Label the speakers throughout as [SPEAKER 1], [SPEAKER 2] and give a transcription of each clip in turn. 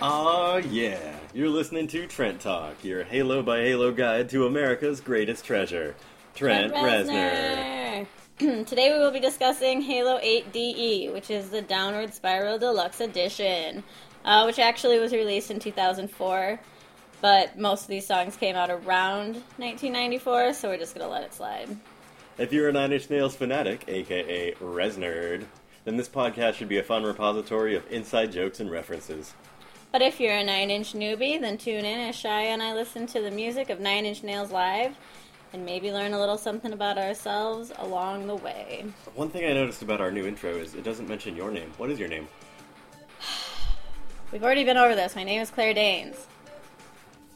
[SPEAKER 1] Oh, yeah. You're listening to Trent Talk, your Halo by Halo guide to America's greatest treasure, Trent, Reznor.
[SPEAKER 2] Reznor. Today we will be discussing Halo 8 DE, which is the Downward Spiral Deluxe Edition, uh, which actually was released in 2004, but most of these songs came out around 1994, so we're just going to let it slide.
[SPEAKER 1] If you're a Nine Inch Nails fanatic, aka Reznerd, then this podcast should be a fun repository of inside jokes and references.
[SPEAKER 2] But if you're a Nine Inch newbie, then tune in as Shia and I listen to the music of Nine Inch Nails Live and maybe learn a little something about ourselves along the way.
[SPEAKER 1] One thing I noticed about our new intro is it doesn't mention your name. What is your name?
[SPEAKER 2] We've already been over this. My name is Claire Danes.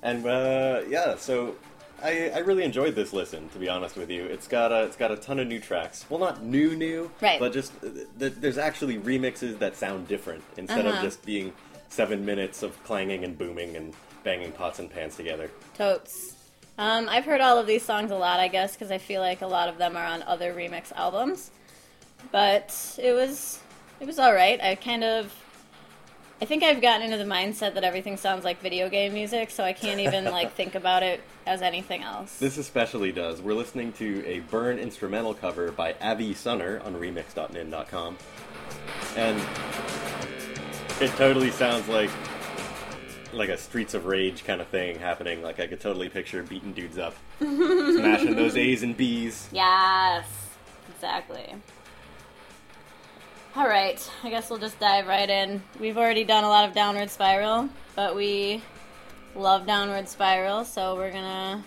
[SPEAKER 1] And uh, yeah, so I, I really enjoyed this listen. To be honest with you, it's got a it's got a ton of new tracks. Well, not new new,
[SPEAKER 2] Right.
[SPEAKER 1] But just uh, th- there's actually remixes that sound different instead of
[SPEAKER 2] Uh-huh.
[SPEAKER 1] just being seven minutes of clanging and booming and banging pots and pans together.
[SPEAKER 2] Totes. Um, I've heard all of these songs a lot, I guess, because I feel like a lot of them are on other remix albums. But it was it was all right. I kind of I think I've gotten into the mindset that everything sounds like video game music, so I can't even like think about it as anything else.
[SPEAKER 1] This especially does. We're listening to a Burn instrumental cover by Avi Sunner on remix.nin.com. And it totally sounds like like a Streets of Rage kind of thing happening. Like I could totally picture beating dudes up, smashing those A's and B's.
[SPEAKER 2] Yes, exactly. All right, I guess we'll just dive right in. We've already done a lot of Downward Spiral, but we love Downward Spiral, so we're gonna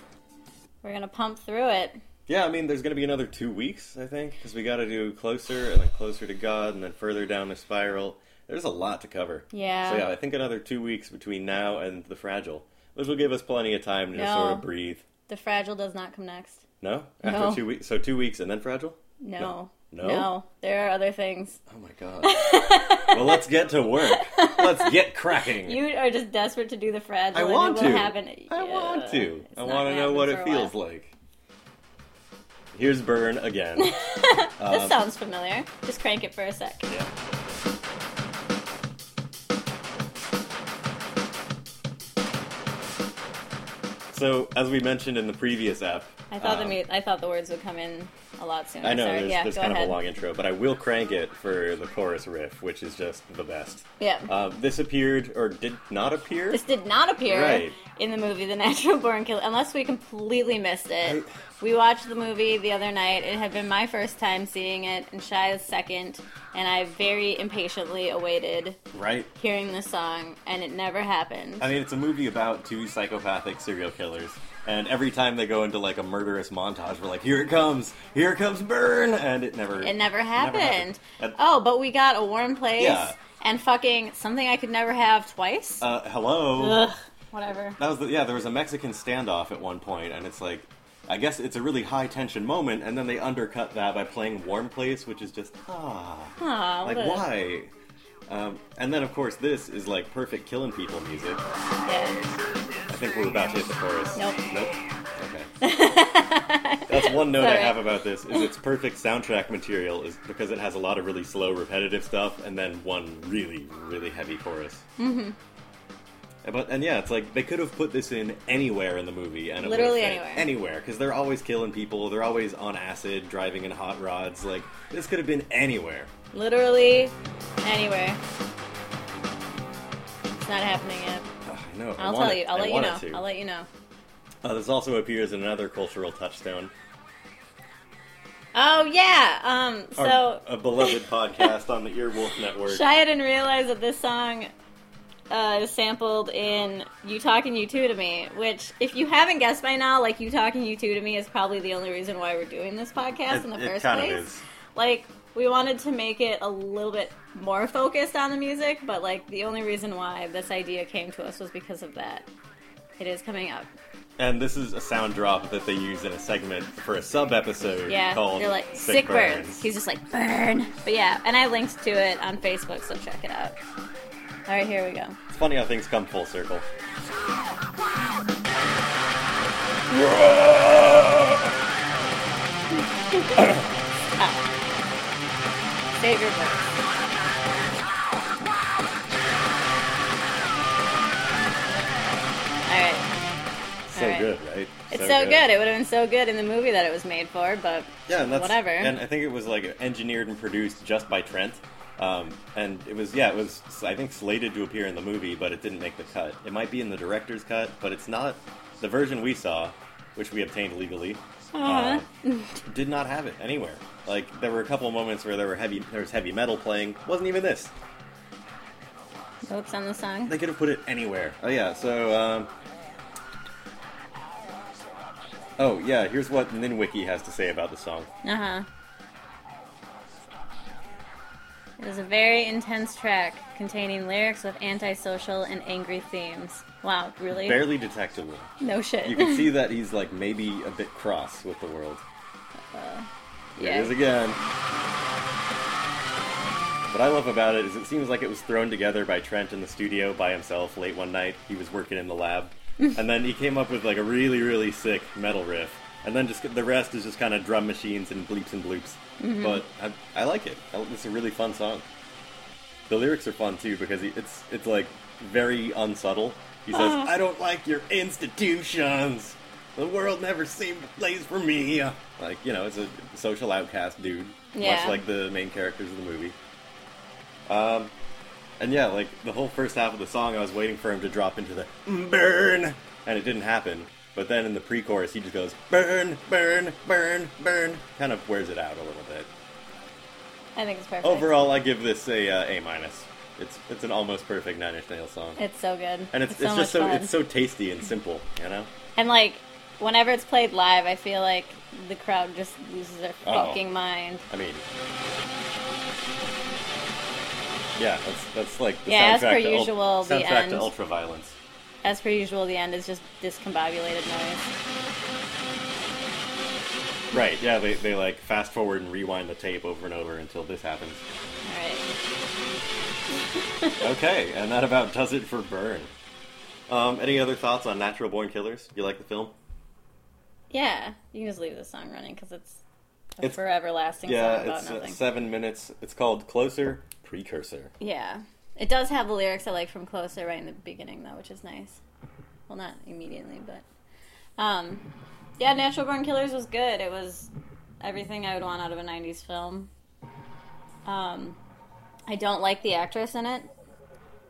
[SPEAKER 2] we're gonna pump through it.
[SPEAKER 1] Yeah, I mean, there's going to be another two weeks, I think, because we got to do closer and then closer to God and then further down the spiral. There's a lot to cover.
[SPEAKER 2] Yeah.
[SPEAKER 1] So yeah, I think another two weeks between now and the fragile, which will give us plenty of time to
[SPEAKER 2] No.
[SPEAKER 1] sort of breathe.
[SPEAKER 2] The Fragile does not come next.
[SPEAKER 1] No, after
[SPEAKER 2] No.
[SPEAKER 1] two weeks. So two weeks and then fragile.
[SPEAKER 2] No.
[SPEAKER 1] No?
[SPEAKER 2] There are other things.
[SPEAKER 1] Oh my god. well, let's get to work. Let's get cracking.
[SPEAKER 2] You are just desperate to do the fragile.
[SPEAKER 1] I want
[SPEAKER 2] and it
[SPEAKER 1] to.
[SPEAKER 2] will Happen.
[SPEAKER 1] I want
[SPEAKER 2] Yeah,
[SPEAKER 1] to.
[SPEAKER 2] it's
[SPEAKER 1] I
[SPEAKER 2] not
[SPEAKER 1] want
[SPEAKER 2] gonna
[SPEAKER 1] to know what
[SPEAKER 2] happen
[SPEAKER 1] it
[SPEAKER 2] for a
[SPEAKER 1] feels like. Here's Burn again.
[SPEAKER 2] while.
[SPEAKER 1] Uh,
[SPEAKER 2] This sounds familiar. Just crank it for a sec.
[SPEAKER 1] Yeah. So, as we mentioned in the previous app,
[SPEAKER 2] I thought the
[SPEAKER 1] um,
[SPEAKER 2] mu- I thought the words would come in a lot sooner.
[SPEAKER 1] I know
[SPEAKER 2] Sorry.
[SPEAKER 1] there's,
[SPEAKER 2] yeah,
[SPEAKER 1] there's
[SPEAKER 2] go
[SPEAKER 1] kind
[SPEAKER 2] ahead.
[SPEAKER 1] of a long intro, but I will crank it for the chorus riff, which is just the best.
[SPEAKER 2] Yeah.
[SPEAKER 1] Um, this appeared or did not appear.
[SPEAKER 2] this did not appear
[SPEAKER 1] Right.
[SPEAKER 2] in the movie The Natural Born Killer, unless we completely missed it.
[SPEAKER 1] I-
[SPEAKER 2] We watched the movie the other night. It had been my first time seeing it, and Shia's second, and I very impatiently awaited
[SPEAKER 1] Right.
[SPEAKER 2] hearing the song, and it never happened.
[SPEAKER 1] I mean, it's a movie about two psychopathic serial killers, and every time they go into like a murderous montage, we're like, "Here it comes! Here comes Burn!" And it never.
[SPEAKER 2] it never happened.
[SPEAKER 1] And,
[SPEAKER 2] oh, but we got a warm place
[SPEAKER 1] Yeah.
[SPEAKER 2] and fucking something I could never have twice.
[SPEAKER 1] uh, hello.
[SPEAKER 2] Ugh, whatever.
[SPEAKER 1] That was the, yeah. There was a Mexican standoff at one point, and it's like, I guess it's a really high tension moment, and then they undercut that by playing "Warm Place," which is just ah.
[SPEAKER 2] Aw,
[SPEAKER 1] Like
[SPEAKER 2] what a-
[SPEAKER 1] why? Um, and then of course this is like perfect killing people music.
[SPEAKER 2] Yeah.
[SPEAKER 1] I think we're about to hit the chorus.
[SPEAKER 2] Nope.
[SPEAKER 1] Nope. Okay. That's one note I
[SPEAKER 2] Sorry.
[SPEAKER 1] have about this is its perfect soundtrack material is because it has a lot of really slow repetitive stuff and then one really really heavy chorus. Mhm.
[SPEAKER 2] Mm-hmm.
[SPEAKER 1] But and yeah, it's like they could have put this in anywhere in the movie and it would have
[SPEAKER 2] Literally
[SPEAKER 1] fit
[SPEAKER 2] anywhere.
[SPEAKER 1] anywhere because they're always killing people, they're always on acid, driving in hot rods. Like this could have been anywhere.
[SPEAKER 2] Literally anywhere. It's not happening yet.
[SPEAKER 1] Ugh, I know. I
[SPEAKER 2] I'll
[SPEAKER 1] want
[SPEAKER 2] tell
[SPEAKER 1] it.
[SPEAKER 2] you. I'll
[SPEAKER 1] I
[SPEAKER 2] let you
[SPEAKER 1] want it
[SPEAKER 2] know.
[SPEAKER 1] to.
[SPEAKER 2] I'll let you know.
[SPEAKER 1] Uh, this also appears in another cultural touchstone.
[SPEAKER 2] Oh yeah. Um.
[SPEAKER 1] Our-
[SPEAKER 2] So
[SPEAKER 1] a beloved podcast on the Earwolf Network.
[SPEAKER 2] Shia didn't realize that this song uh, is sampled in "You Talking You Two to Me," which, if you haven't guessed by now, like "You Talking You Two to Me" is probably the only reason why we're doing this podcast in the
[SPEAKER 1] it
[SPEAKER 2] first
[SPEAKER 1] kind
[SPEAKER 2] place.
[SPEAKER 1] of is.
[SPEAKER 2] Like. We wanted to make it a little bit more focused on the music, but like the only reason why this idea came to us was because of that. It is coming up.
[SPEAKER 1] And this is a sound drop that they use in a segment for a sub episode
[SPEAKER 2] Yeah,
[SPEAKER 1] called
[SPEAKER 2] they're like sick, burns. He's just like burn. But yeah, and I linked to it on Facebook, so check it out. All right, here we go.
[SPEAKER 1] It's funny how things come full circle.
[SPEAKER 2] Save your voice.
[SPEAKER 1] so
[SPEAKER 2] Alright.
[SPEAKER 1] good, right?
[SPEAKER 2] It's so, good. It would have been so good in the movie that it was made for, but
[SPEAKER 1] Yeah, and that's
[SPEAKER 2] whatever.
[SPEAKER 1] And I think it was like engineered and produced just by Trent. Um, and it was yeah, it was I think slated to appear in the movie, but it didn't make the cut. It might be in the director's cut, but it's not the version we saw, which we obtained legally.
[SPEAKER 2] Aw.
[SPEAKER 1] uh, did not have it anywhere. Like there were a couple moments where there were heavy, there was heavy metal playing. wasn't even this.
[SPEAKER 2] Oops on the song.
[SPEAKER 1] They could have put it anywhere. Oh yeah, so um Oh yeah, here's what Ninwiki has to say about the song.
[SPEAKER 2] Uh huh. It was a very intense track containing lyrics with antisocial and angry themes. Wow, really?
[SPEAKER 1] Barely detectable.
[SPEAKER 2] No shit.
[SPEAKER 1] You can see that he's like maybe a bit cross with the world. There
[SPEAKER 2] yeah.
[SPEAKER 1] it is again. What I love about it is it seems like it was thrown together by Trent in the studio by himself late one night. He was working in the lab. and then he came up with like a really, really sick metal riff. And then just the rest is just kind of drum machines and bleeps and bloops. But I, I like it. I, it's a really fun song. The lyrics are fun too because he, it's it's like very unsubtle. He says,
[SPEAKER 2] Aw.
[SPEAKER 1] "I don't like your institutions. The world never seemed a place for me." Like you know, it's a social outcast dude,
[SPEAKER 2] Yeah.
[SPEAKER 1] much like the main characters of the movie. Um, and yeah, like the whole first half of the song, I was waiting for him to drop into the burn, and it didn't happen. But then in the pre-chorus, he just goes burn, burn, burn, burn, kind of wears it out a little bit.
[SPEAKER 2] I think it's perfect.
[SPEAKER 1] Overall, I give this a uh, A minus. It's it's an almost perfect Nine Inch Nails song,
[SPEAKER 2] It's so good.
[SPEAKER 1] and it's it's,
[SPEAKER 2] so
[SPEAKER 1] just
[SPEAKER 2] much
[SPEAKER 1] so
[SPEAKER 2] fun.
[SPEAKER 1] it's so tasty and simple, you know.
[SPEAKER 2] And like, whenever it's played live, I feel like the crowd just loses their
[SPEAKER 1] Oh.
[SPEAKER 2] fucking mind.
[SPEAKER 1] I mean, yeah, that's that's like the
[SPEAKER 2] Yeah, as
[SPEAKER 1] soundtrack
[SPEAKER 2] per
[SPEAKER 1] to Ul-
[SPEAKER 2] usual, the
[SPEAKER 1] soundtrack
[SPEAKER 2] end.
[SPEAKER 1] to Ultraviolence.
[SPEAKER 2] As per usual, the end is just discombobulated noise.
[SPEAKER 1] Right? Yeah, they they like fast forward and rewind the tape over and over until this happens.
[SPEAKER 2] All right.
[SPEAKER 1] Okay, and that about does it for Burn. Um, any other thoughts on Natural Born Killers? You like the film?
[SPEAKER 2] Yeah, you can just leave this song running because it's a
[SPEAKER 1] It's-
[SPEAKER 2] forever lasting
[SPEAKER 1] Yeah,
[SPEAKER 2] song about
[SPEAKER 1] it's uh,
[SPEAKER 2] nothing.
[SPEAKER 1] seven minutes. It's called Closer Precursor.
[SPEAKER 2] Yeah. It does have the lyrics I like from Closer right in the beginning, though, which is nice. Well, not immediately, but. Um, yeah, Natural Born Killers was good. It was everything I would want out of a 90s film. Um, I don't like the actress in it,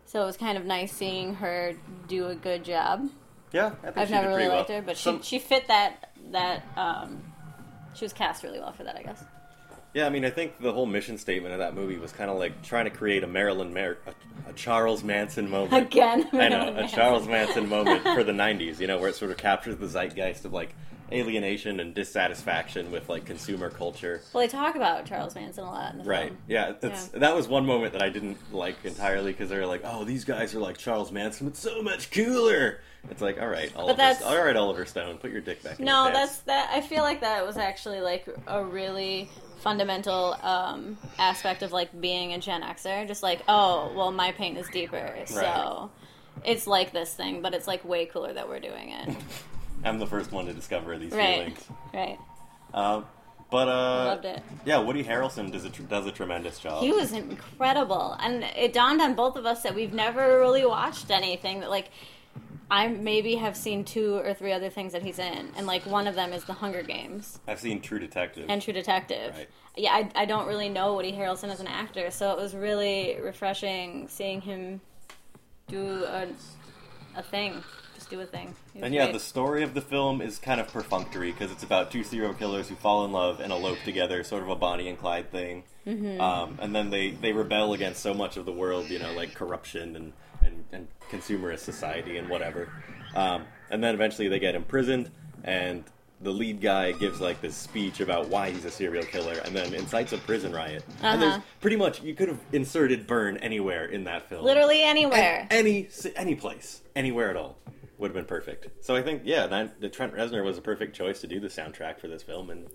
[SPEAKER 2] so it was kind of nice seeing her do a good job.
[SPEAKER 1] Yeah, I think
[SPEAKER 2] I've
[SPEAKER 1] she
[SPEAKER 2] never
[SPEAKER 1] did
[SPEAKER 2] really
[SPEAKER 1] pretty well.
[SPEAKER 2] liked her, but she,
[SPEAKER 1] Some-
[SPEAKER 2] she fit that. that um, she was cast really well for that, I guess.
[SPEAKER 1] Yeah, I mean, I think the whole mission statement of that movie was kind of like trying to create a Marilyn, Mar- a, a Charles Manson moment.
[SPEAKER 2] Again,
[SPEAKER 1] I know,
[SPEAKER 2] Marilyn
[SPEAKER 1] a
[SPEAKER 2] Manson.
[SPEAKER 1] Charles Manson moment for the '90s. You know, where it sort of captures the zeitgeist of like alienation and dissatisfaction with like consumer culture.
[SPEAKER 2] Well, they talk about Charles Manson a lot in the
[SPEAKER 1] Right.
[SPEAKER 2] film.
[SPEAKER 1] Yeah, it's, That was one moment that I didn't like entirely because they were like, "Oh, these guys are like Charles Manson, but so much cooler." It's like, all right, Oliver,
[SPEAKER 2] that's-
[SPEAKER 1] all right, Oliver Stone, put your dick back. in
[SPEAKER 2] No,
[SPEAKER 1] your pants.
[SPEAKER 2] that's that. I feel like that was actually like a really fundamental um, aspect of like being a Gen Xer. Just like, oh, well, my pain is deeper, so it's like this thing, but it's like way cooler that we're doing it.
[SPEAKER 1] I'm the first one to discover these
[SPEAKER 2] right,
[SPEAKER 1] feelings.
[SPEAKER 2] right.
[SPEAKER 1] Um, but uh,
[SPEAKER 2] Loved it.
[SPEAKER 1] Yeah, Woody Harrelson does a tr- does a tremendous job.
[SPEAKER 2] He was incredible, and it dawned on both of us that we've never really watched anything that like. I maybe have seen two or three other things that he's in, and like one of them is The Hunger Games.
[SPEAKER 1] I've seen True Detective.
[SPEAKER 2] and True Detective.
[SPEAKER 1] Right.
[SPEAKER 2] Yeah, I, I don't really know Woody Harrelson as an actor, so it was really refreshing seeing him do a, a thing, just do a thing. He was
[SPEAKER 1] and yeah,
[SPEAKER 2] great.
[SPEAKER 1] the story of the film is kind of perfunctory because it's about two serial killers who fall in love and elope together, sort of a Bonnie and Clyde thing.
[SPEAKER 2] Mm-hmm.
[SPEAKER 1] Um, and then they, they rebel against so much of the world, you know, like corruption and, and, and consumerist society and whatever. Um, and then eventually they get imprisoned, and the lead guy gives like this speech about why he's a serial killer and then incites a prison riot. And there's
[SPEAKER 2] Uh-huh.
[SPEAKER 1] pretty much, you could have inserted Burn anywhere in that film.
[SPEAKER 2] literally anywhere.
[SPEAKER 1] any ci- any place, anywhere at all would have been perfect. So I think yeah, nine, the Trent Reznor was a perfect choice to do the soundtrack for this film, and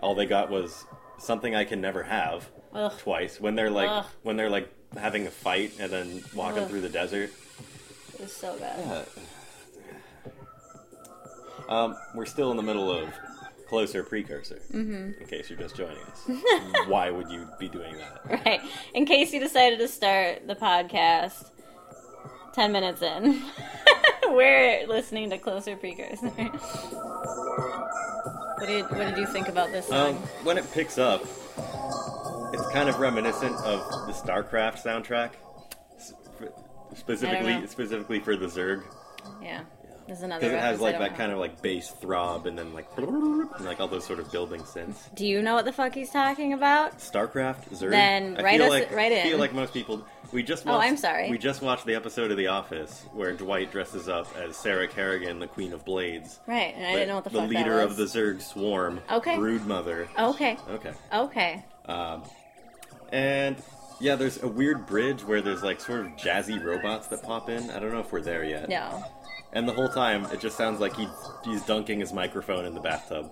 [SPEAKER 1] all they got was something I can never have
[SPEAKER 2] Ugh.
[SPEAKER 1] twice when they're like
[SPEAKER 2] Ugh.
[SPEAKER 1] when they're like having a fight and then walking
[SPEAKER 2] Ugh.
[SPEAKER 1] through the desert.
[SPEAKER 2] it was so bad.
[SPEAKER 1] Uh, um, we're still in the middle of closer precursor. Mm-hmm. In case you're just joining us, why would you be doing that?
[SPEAKER 2] Right. In case you decided to start the podcast ten minutes in, we're listening to Closer Precursor. what, did, what did you think about this
[SPEAKER 1] Um,
[SPEAKER 2] song?
[SPEAKER 1] when it picks up, it's kind of reminiscent of the StarCraft soundtrack, s- f-
[SPEAKER 2] know.
[SPEAKER 1] specifically specifically for the Zerg,
[SPEAKER 2] yeah. There's another
[SPEAKER 1] because it has
[SPEAKER 2] reference I
[SPEAKER 1] like
[SPEAKER 2] don't
[SPEAKER 1] that
[SPEAKER 2] know.
[SPEAKER 1] kind of like bass throb and then like and, like all those sort of building synths.
[SPEAKER 2] Do you know what the fuck he's talking about?
[SPEAKER 1] StarCraft, Zerg.
[SPEAKER 2] Then
[SPEAKER 1] I
[SPEAKER 2] write
[SPEAKER 1] feel
[SPEAKER 2] us-
[SPEAKER 1] like,
[SPEAKER 2] write
[SPEAKER 1] I feel
[SPEAKER 2] in.
[SPEAKER 1] like most people. We just
[SPEAKER 2] Oh,
[SPEAKER 1] watched,
[SPEAKER 2] I'm sorry.
[SPEAKER 1] We just watched the episode of The Office where Dwight dresses up as Sarah Kerrigan, the Queen of Blades.
[SPEAKER 2] Right, and I didn't know what the, fuck that
[SPEAKER 1] leader of
[SPEAKER 2] was.
[SPEAKER 1] the Zerg swarm.
[SPEAKER 2] Okay. Oh.
[SPEAKER 1] Brood mother.
[SPEAKER 2] Okay.
[SPEAKER 1] Okay.
[SPEAKER 2] Okay.
[SPEAKER 1] Um, and yeah, there's a weird bridge where there's like sort of jazzy robots that pop in. I don't know if we're there yet.
[SPEAKER 2] No.
[SPEAKER 1] And the whole time, it just sounds like he, he's dunking his microphone in the bathtub.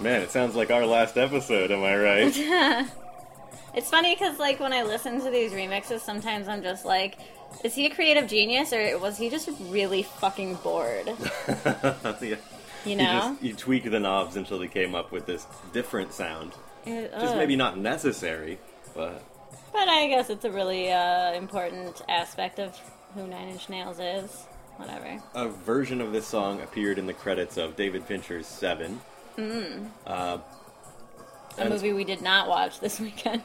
[SPEAKER 1] Man, it sounds like our last episode, am I right?
[SPEAKER 2] It's funny because, like, when I listen to these remixes, sometimes I'm just like, is he a creative genius or was he just really fucking bored?
[SPEAKER 1] yeah.
[SPEAKER 2] You
[SPEAKER 1] You
[SPEAKER 2] know?
[SPEAKER 1] just you tweak the knobs until they came up with this different sound.
[SPEAKER 2] Uh,
[SPEAKER 1] Just
[SPEAKER 2] ugh.
[SPEAKER 1] maybe not necessary, but
[SPEAKER 2] But I guess it's a really uh, important aspect of who Nine Inch Nails is. Whatever.
[SPEAKER 1] a version of this song appeared in the credits of David Fincher's Seven.
[SPEAKER 2] Mm.
[SPEAKER 1] Uh,
[SPEAKER 2] A
[SPEAKER 1] and-
[SPEAKER 2] movie we did not watch this weekend.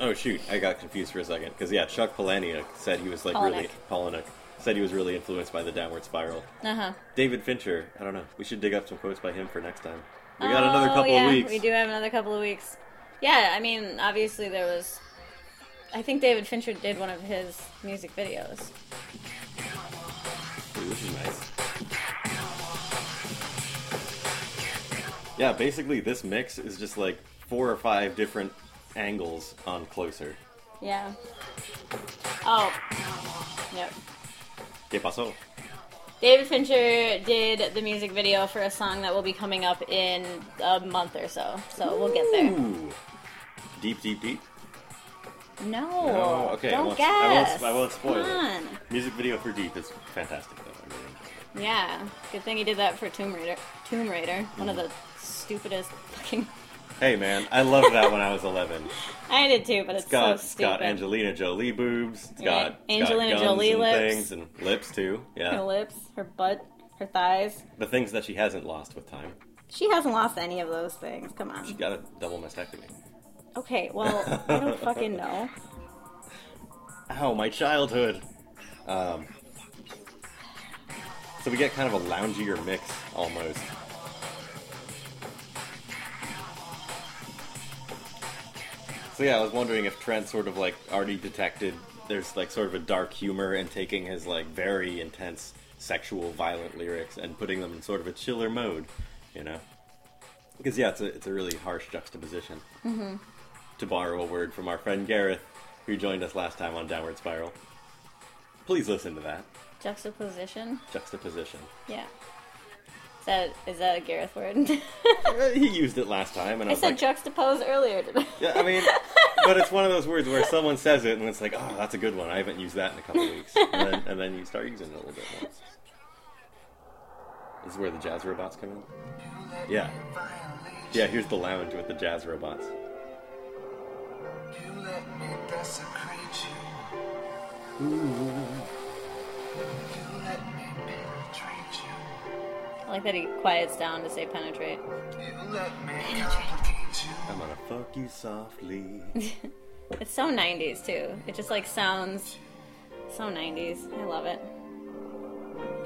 [SPEAKER 1] oh shoot, I got confused for a second because yeah, Chuck Palahniuk said he was like really Palahniuk said he was really influenced by the Downward Spiral.
[SPEAKER 2] uh huh.
[SPEAKER 1] David Fincher, I don't know. We should dig up some quotes by him for next time. We got another couple
[SPEAKER 2] Oh, yeah,
[SPEAKER 1] of weeks.
[SPEAKER 2] We do have another couple of weeks. Yeah, I mean, obviously there was. I think David Fincher did one of his music videos.
[SPEAKER 1] Ooh, this is nice. Yeah, basically this mix is just like four or five different angles on closer.
[SPEAKER 2] Yeah. Oh. Yep.
[SPEAKER 1] Que paso?
[SPEAKER 2] David Fincher did the music video for a song that will be coming up in a month or so. So we'll get there.
[SPEAKER 1] Ooh. Deep, deep, deep.
[SPEAKER 2] No.
[SPEAKER 1] No, okay, I
[SPEAKER 2] Don't
[SPEAKER 1] won't- I won't-
[SPEAKER 2] guess.
[SPEAKER 1] I won't spoil
[SPEAKER 2] Come
[SPEAKER 1] it.
[SPEAKER 2] on.
[SPEAKER 1] Music video for Deep is fantastic though. I really enjoyed it.
[SPEAKER 2] Yeah. Good thing he did that for Tomb Raider. Tomb Raider. One of the stupidest fucking.
[SPEAKER 1] Hey man, I loved that when I was 11.
[SPEAKER 2] I did too, but it's,
[SPEAKER 1] It's got,
[SPEAKER 2] so
[SPEAKER 1] it's
[SPEAKER 2] stupid.
[SPEAKER 1] got Angelina Jolie boobs. It's
[SPEAKER 2] Yeah,
[SPEAKER 1] got it's got
[SPEAKER 2] Angelina
[SPEAKER 1] guns
[SPEAKER 2] Jolie
[SPEAKER 1] and
[SPEAKER 2] lips.
[SPEAKER 1] things and lips too.
[SPEAKER 2] Her
[SPEAKER 1] Yeah,
[SPEAKER 2] lips, her butt, her thighs.
[SPEAKER 1] the things that she hasn't lost with time.
[SPEAKER 2] She hasn't lost any of those things. Come
[SPEAKER 1] She
[SPEAKER 2] on.
[SPEAKER 1] got a double mastectomy.
[SPEAKER 2] Okay, well, I don't fucking know.
[SPEAKER 1] Ow, my childhood. Um, so we get kind of a loungier mix almost. So yeah, I was wondering if Trent sort of like already detected there's like sort of a dark humor in taking his like very intense sexual violent lyrics and putting them in sort of a chiller mode, you know? Because yeah, it's a it's a really harsh juxtaposition. Mm-hmm. To borrow a word from our friend Gareth, who joined us last time on Downward Spiral, please listen to that
[SPEAKER 2] Juxtaposition?
[SPEAKER 1] juxtaposition.
[SPEAKER 2] Yeah. Is that, is that a Gareth word?
[SPEAKER 1] Uh, He used it last time, and I,
[SPEAKER 2] I
[SPEAKER 1] was like,
[SPEAKER 2] said juxtapose earlier today.
[SPEAKER 1] yeah, I mean, but it's one of those words where someone says it, and it's like, oh, that's a good one. I haven't used that in a couple weeks, and then, and then you start using it a little bit more. This is where the jazz robots come in. Yeah, yeah. Here's the lounge with the jazz robots.
[SPEAKER 3] You let me desecrate you. You let me penetrate you.
[SPEAKER 2] I like that he quiets down to say penetrate.
[SPEAKER 3] You let me complicate you.
[SPEAKER 1] I'm gonna fuck you softly.
[SPEAKER 2] It's so 90s too. It just like sounds so 90s. I love it.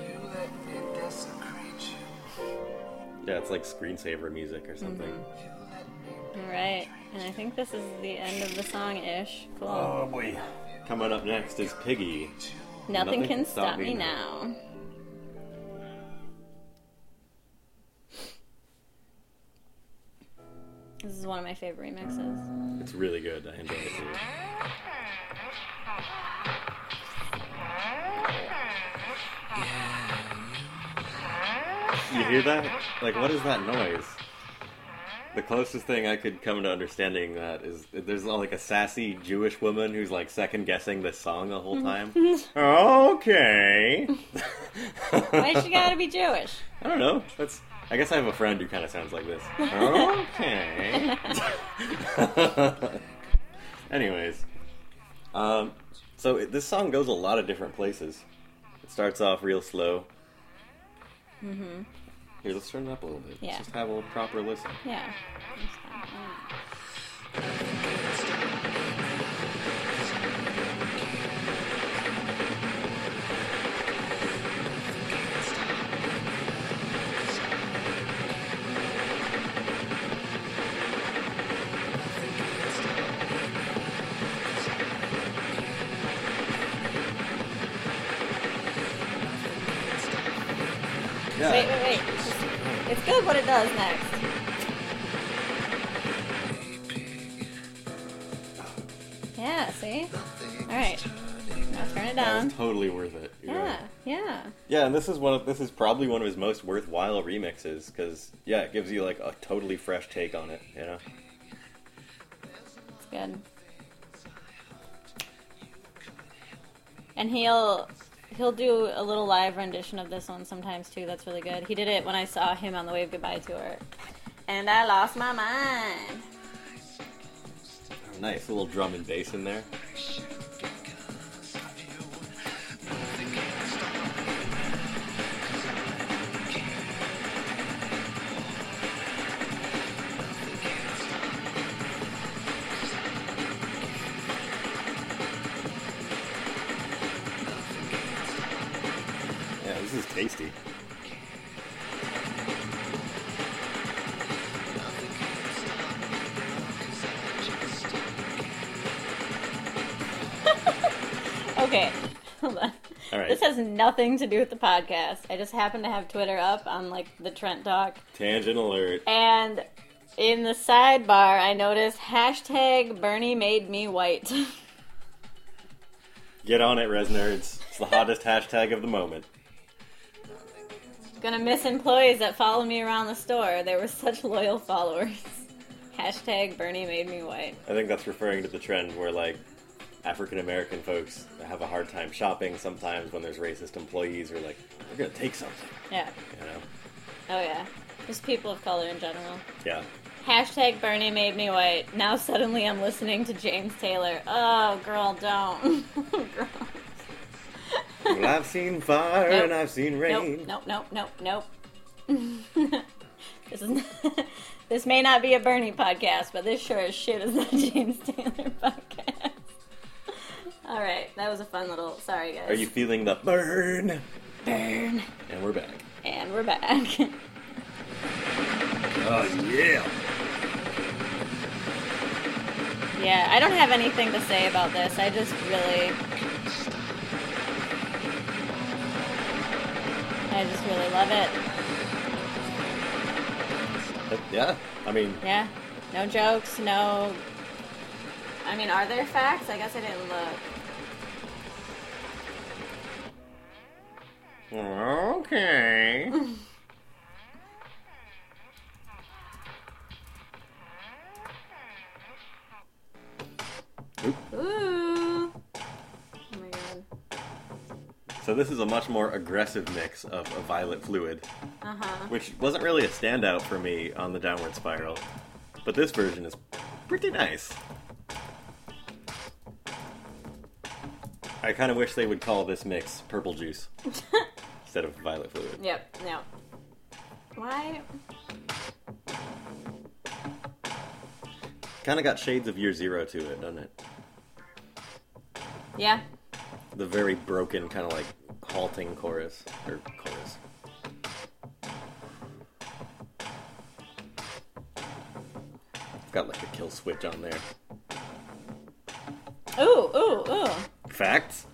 [SPEAKER 3] You let me desecrate you.
[SPEAKER 1] Yeah, it's like screensaver music or something.
[SPEAKER 3] You let me
[SPEAKER 2] All right. And I think this is the end of the song ish. Cool.
[SPEAKER 1] Oh boy. Coming up next is Piggy.
[SPEAKER 2] nothing, can stop, me now. This is one of my favorite remixes.
[SPEAKER 1] It's really good. I enjoy it too. You hear that? Like, what is that noise? The closest thing I could come to understanding that is there's like a sassy Jewish woman who's like second guessing this song the whole time. okay.
[SPEAKER 2] Why she gotta be Jewish?
[SPEAKER 1] I don't know. That's. I guess I have a friend who kind of sounds like this. Okay. Anyways, um, so it, this song goes a lot of different places. It starts off real slow.
[SPEAKER 2] Mm-hmm.
[SPEAKER 1] Here, let's turn it up a little bit.
[SPEAKER 2] Yeah.
[SPEAKER 1] Let's just have a proper listen.
[SPEAKER 2] Yeah.
[SPEAKER 1] Yeah.
[SPEAKER 2] Wait, wait, wait. It's good what it does next. Yeah. See. All right. Now turn it
[SPEAKER 1] That
[SPEAKER 2] down.
[SPEAKER 1] was totally worth it. You're
[SPEAKER 2] Um, Yeah.
[SPEAKER 1] right.
[SPEAKER 2] Yeah.
[SPEAKER 1] Yeah, and this is one of this is probably one of his most worthwhile remixes because yeah, it gives you like a totally fresh take on it. You know.
[SPEAKER 2] It's good. And he'll he'll do a little live rendition of this one sometimes too. That's really good. He did it when I saw him on the Wave Goodbye tour, and I lost my mind.
[SPEAKER 1] Nice little drum and bass in there. Yeah, this is tasty.
[SPEAKER 2] Okay, hold on.
[SPEAKER 1] All right.
[SPEAKER 2] This has nothing to do with the podcast. I just happen to have Twitter up on like the Trent Talk,
[SPEAKER 1] Tangent alert.
[SPEAKER 2] and in the sidebar, I noticed hashtag Bernie made me white.
[SPEAKER 1] Get on it, Res Nerds. It's the hottest hashtag of the moment.
[SPEAKER 2] Gonna miss employees that follow me around the store. They were such loyal followers. Hashtag Bernie made me white.
[SPEAKER 1] I think that's referring to the trend where like African American folks have a hard time shopping sometimes when there's racist employees who are like, we're gonna take something,
[SPEAKER 2] Yeah.
[SPEAKER 1] you know?
[SPEAKER 2] Oh yeah. Just people of color in general.
[SPEAKER 1] Yeah.
[SPEAKER 2] Hashtag Bernie made me white. Now suddenly I'm listening to James Taylor. Oh girl, don't. girl.
[SPEAKER 1] well, I've seen fire
[SPEAKER 2] Nope.
[SPEAKER 1] and I've seen rain.
[SPEAKER 2] Nope, nope, nope, nope, nope. this is this may not be a Bernie podcast, but this sure as shit is not James Taylor podcast. All right, that was a fun little. Sorry guys.
[SPEAKER 1] Are you feeling the burn?
[SPEAKER 2] burn?
[SPEAKER 1] And we're back.
[SPEAKER 2] And we're back.
[SPEAKER 1] Oh yeah.
[SPEAKER 2] yeah, I don't have anything to say about this. I just really. I just really love it.
[SPEAKER 1] yeah. I mean,
[SPEAKER 2] Yeah. No jokes, no. I mean, are there facts? I guess I didn't look.
[SPEAKER 1] okay.
[SPEAKER 2] Ooh. Oh my god.
[SPEAKER 1] so this is a much more aggressive mix of a violet fluid.
[SPEAKER 2] Uh huh.
[SPEAKER 1] which wasn't really a standout for me on the downward spiral but this version is pretty nice i kind of wish they would call this mix purple juice instead of violet fluid
[SPEAKER 2] Yep, no. Why?
[SPEAKER 1] kind of got shades of year zero to it doesn't it
[SPEAKER 2] Yeah.
[SPEAKER 1] the very broken kind of like halting chorus or chorus got like a kill switch on there
[SPEAKER 2] Ooh, ooh, ooh.
[SPEAKER 1] facts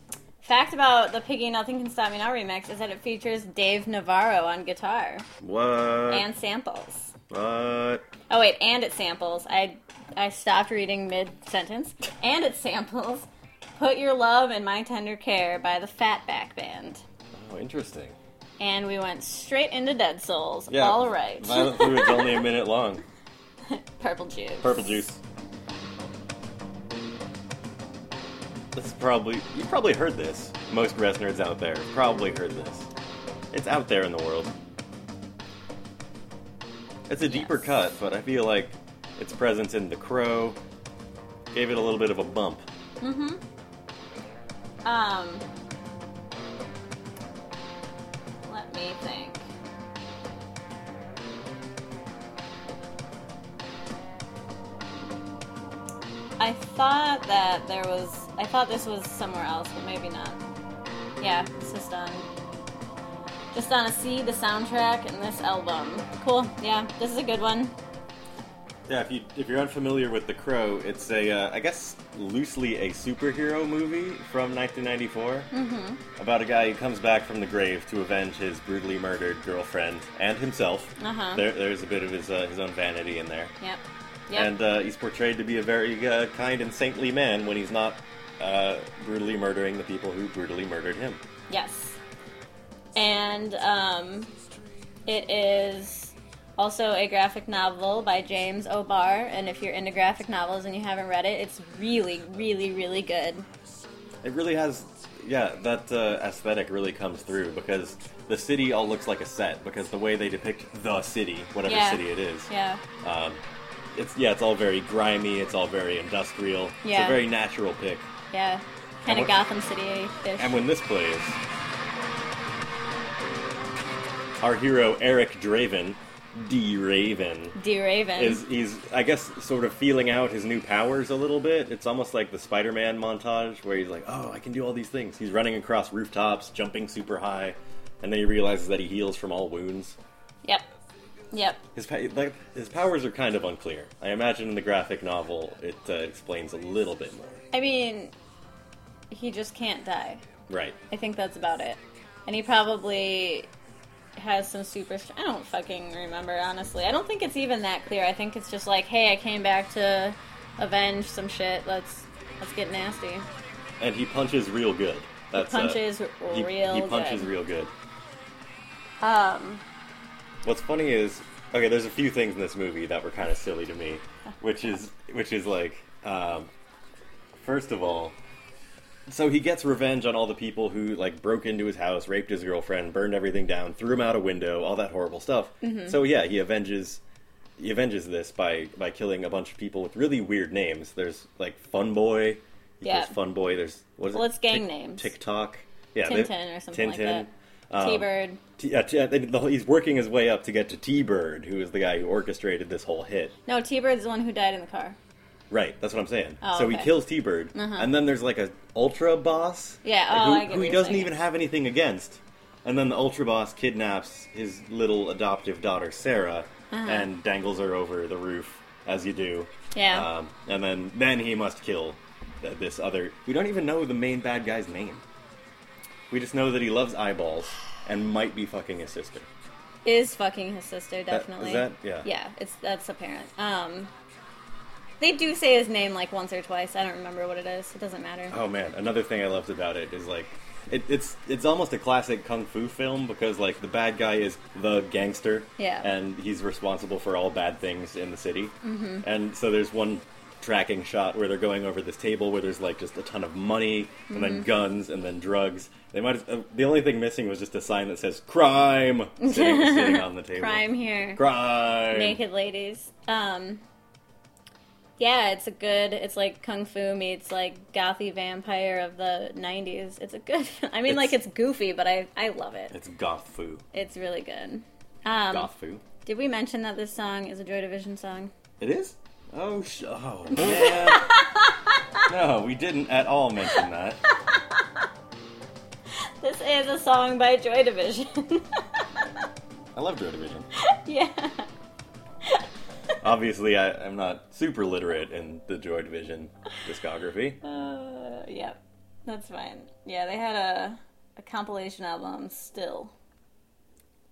[SPEAKER 2] Fact about the Piggy Nothing Can Stop Me Now remix is that it features Dave Navarro on guitar
[SPEAKER 1] what
[SPEAKER 2] and samples.
[SPEAKER 1] what
[SPEAKER 2] Oh wait, and it samples. I I stopped reading mid sentence. And it samples Put Your Love in My Tender Care by the Fatback Band.
[SPEAKER 1] Oh, interesting.
[SPEAKER 2] And we went straight into Dead Souls. All right.
[SPEAKER 1] Violent Fluid's only a minute long.
[SPEAKER 2] Purple Juice.
[SPEAKER 1] Purple Juice. This is probably you probably heard this. Most res nerds out there probably heard this. It's out there in the world. It's a deeper
[SPEAKER 2] Yes.
[SPEAKER 1] cut, but I feel like its presence in The Crow gave it a little bit of a bump.
[SPEAKER 2] Mm-hmm. Um. Let me think. I thought that there was. I thought this was somewhere else, but maybe not. Yeah, it's just on. Just on a C, the soundtrack, and this album. Cool. Yeah, this is a good one.
[SPEAKER 1] Yeah, if you if you're unfamiliar with The Crow, it's a uh, I guess loosely a superhero movie from 1994
[SPEAKER 2] Mm-hmm.
[SPEAKER 1] about a guy who comes back from the grave to avenge his brutally murdered girlfriend and himself.
[SPEAKER 2] Uh-huh.
[SPEAKER 1] There, there's a bit of his uh, his own vanity in there,
[SPEAKER 2] Yep. Yep.
[SPEAKER 1] and uh, he's portrayed to be a very uh, kind and saintly man when he's not uh, brutally murdering the people who brutally murdered him.
[SPEAKER 2] Yes. And um, it is also a graphic novel by James O'Barr. And if you're into graphic novels and you haven't read it, it's really, really, really good.
[SPEAKER 1] It really has, yeah, that uh, aesthetic really comes through because the city all looks like a set because the way they depict the city, whatever
[SPEAKER 2] Yeah.
[SPEAKER 1] city it is,
[SPEAKER 2] Yeah.
[SPEAKER 1] um, it's yeah, it's all very grimy, it's all very industrial, it's
[SPEAKER 2] Yeah.
[SPEAKER 1] a very natural pick.
[SPEAKER 2] Yeah. Kind of
[SPEAKER 1] what-
[SPEAKER 2] Gotham City ish.
[SPEAKER 1] And when this plays, our hero Eric Draven, D Raven,
[SPEAKER 2] D Raven.
[SPEAKER 1] is he's I guess sort of feeling out his new powers a little bit. It's almost like the Spider-Man montage where he's like, "Oh, I can do all these things." He's running across rooftops, jumping super high, and then he realizes that he heals from all wounds.
[SPEAKER 2] Yep. Yep.
[SPEAKER 1] His pa- like his powers are kind of unclear. I imagine in the graphic novel it uh, explains a little bit more.
[SPEAKER 2] I mean, he just can't die.
[SPEAKER 1] Right.
[SPEAKER 2] I think that's about it. And he probably has some super. I don't fucking remember, honestly. I don't think it's even that clear. I think it's just like, hey, I came back to avenge some shit. Let's let's get nasty.
[SPEAKER 1] And he punches real good. That's uh,
[SPEAKER 2] punches
[SPEAKER 1] he,
[SPEAKER 2] real
[SPEAKER 1] he punches
[SPEAKER 2] good.
[SPEAKER 1] real good.
[SPEAKER 2] Um,
[SPEAKER 1] What's funny is okay. There's a few things in this movie that were kind of silly to me, which is which is like, um, first of all, so he gets revenge on all the people who like broke into his house, raped his girlfriend, burned everything down, threw him out a window, all that horrible stuff.
[SPEAKER 2] Mm-hmm.
[SPEAKER 1] So yeah, he avenges he avenges this by by killing a bunch of people with really weird names. There's like Fun Boy,
[SPEAKER 2] Yeah.
[SPEAKER 1] there's Fun Boy. There's what is
[SPEAKER 2] Well,
[SPEAKER 1] it?
[SPEAKER 2] it's gang
[SPEAKER 1] Tik-
[SPEAKER 2] names.
[SPEAKER 1] TikTok, yeah, they-
[SPEAKER 2] Tintin or something like
[SPEAKER 1] Tintin. Um,
[SPEAKER 2] that. T-Bird.
[SPEAKER 1] T- yeah, t- yeah, they- the whole- he's working his way up to get to T Bird, who is the guy who orchestrated this whole hit.
[SPEAKER 2] No, T-Bird's the one who died in the car.
[SPEAKER 1] Right, that's what I'm saying.
[SPEAKER 2] Oh,
[SPEAKER 1] so he
[SPEAKER 2] okay. Uh-huh.
[SPEAKER 1] kills T Bird, and then there's like a ultra boss.
[SPEAKER 2] Yeah,
[SPEAKER 1] like,
[SPEAKER 2] oh,
[SPEAKER 1] who,
[SPEAKER 2] I get
[SPEAKER 1] who
[SPEAKER 2] what
[SPEAKER 1] he
[SPEAKER 2] you're
[SPEAKER 1] doesn't
[SPEAKER 2] saying.
[SPEAKER 1] even have anything against, and then the ultra boss kidnaps his little adoptive daughter Sarah
[SPEAKER 2] Uh-huh.
[SPEAKER 1] and dangles her over the roof as you do.
[SPEAKER 2] Yeah.
[SPEAKER 1] Um, and then then he must kill th- this other. We don't even know the main bad guy's name. We just know that he loves eyeballs and might be fucking his sister.
[SPEAKER 2] Is fucking his sister definitely?
[SPEAKER 1] that- yeah.
[SPEAKER 2] Yeah, it's that's apparent. Um, they do say his name like once or twice. I don't remember what it is. It doesn't matter.
[SPEAKER 1] Oh man, another thing I loved about it is like it, it's it's almost a classic kung fu film because like the bad guy is the gangster,
[SPEAKER 2] Yeah.
[SPEAKER 1] and he's responsible for all bad things in the city. Mm-hmm. And so there's one tracking shot where they're going over this table where there's like just a ton of money and
[SPEAKER 2] Mm-hmm.
[SPEAKER 1] then guns and then drugs. They might uh, the only thing missing was just a sign that says crime sitting, sitting on the table.
[SPEAKER 2] Crime here.
[SPEAKER 1] Crime.
[SPEAKER 2] naked ladies. Um, yeah, it's a good. It's like kung fu meets like gothy vampire of the '90s. It's a good. I mean, like
[SPEAKER 1] It's-
[SPEAKER 2] it's goofy, but I I love it.
[SPEAKER 1] It's goth fu.
[SPEAKER 2] It's really good. Um,
[SPEAKER 1] Goth fu.
[SPEAKER 2] Did we mention that this song is a Joy Division song?
[SPEAKER 1] It is? Oh, sh- oh man. no, we didn't at all mention that.
[SPEAKER 2] This is a song by Joy Division.
[SPEAKER 1] I love Joy Division.
[SPEAKER 2] yeah.
[SPEAKER 1] Obviously, I, I'm not super literate in the Joy Division discography.
[SPEAKER 2] Uh, yep. That's fine. Yeah, they had a a compilation album still.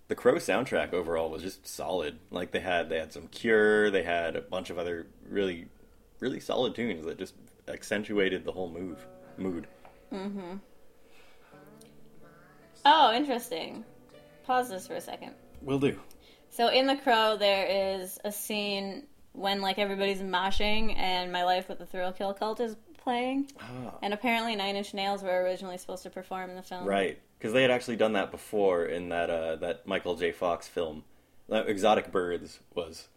[SPEAKER 1] The Crow soundtrack overall was just solid. Like they had they had some Cure, they had a bunch of other really really solid tunes that just accentuated the whole move mood.
[SPEAKER 2] Oh, interesting. Pause this for a second.
[SPEAKER 1] Will do.
[SPEAKER 2] So in The Crow, there is a scene when like everybody's moshing and My Life with the Thrill Kill Cult is playing.
[SPEAKER 1] Ah.
[SPEAKER 2] And apparently Nine Inch Nails were originally supposed to perform in the film.
[SPEAKER 1] Right, because they had actually done that before in that uh, that Michael J. Fox film. Uh, Exotic Birds was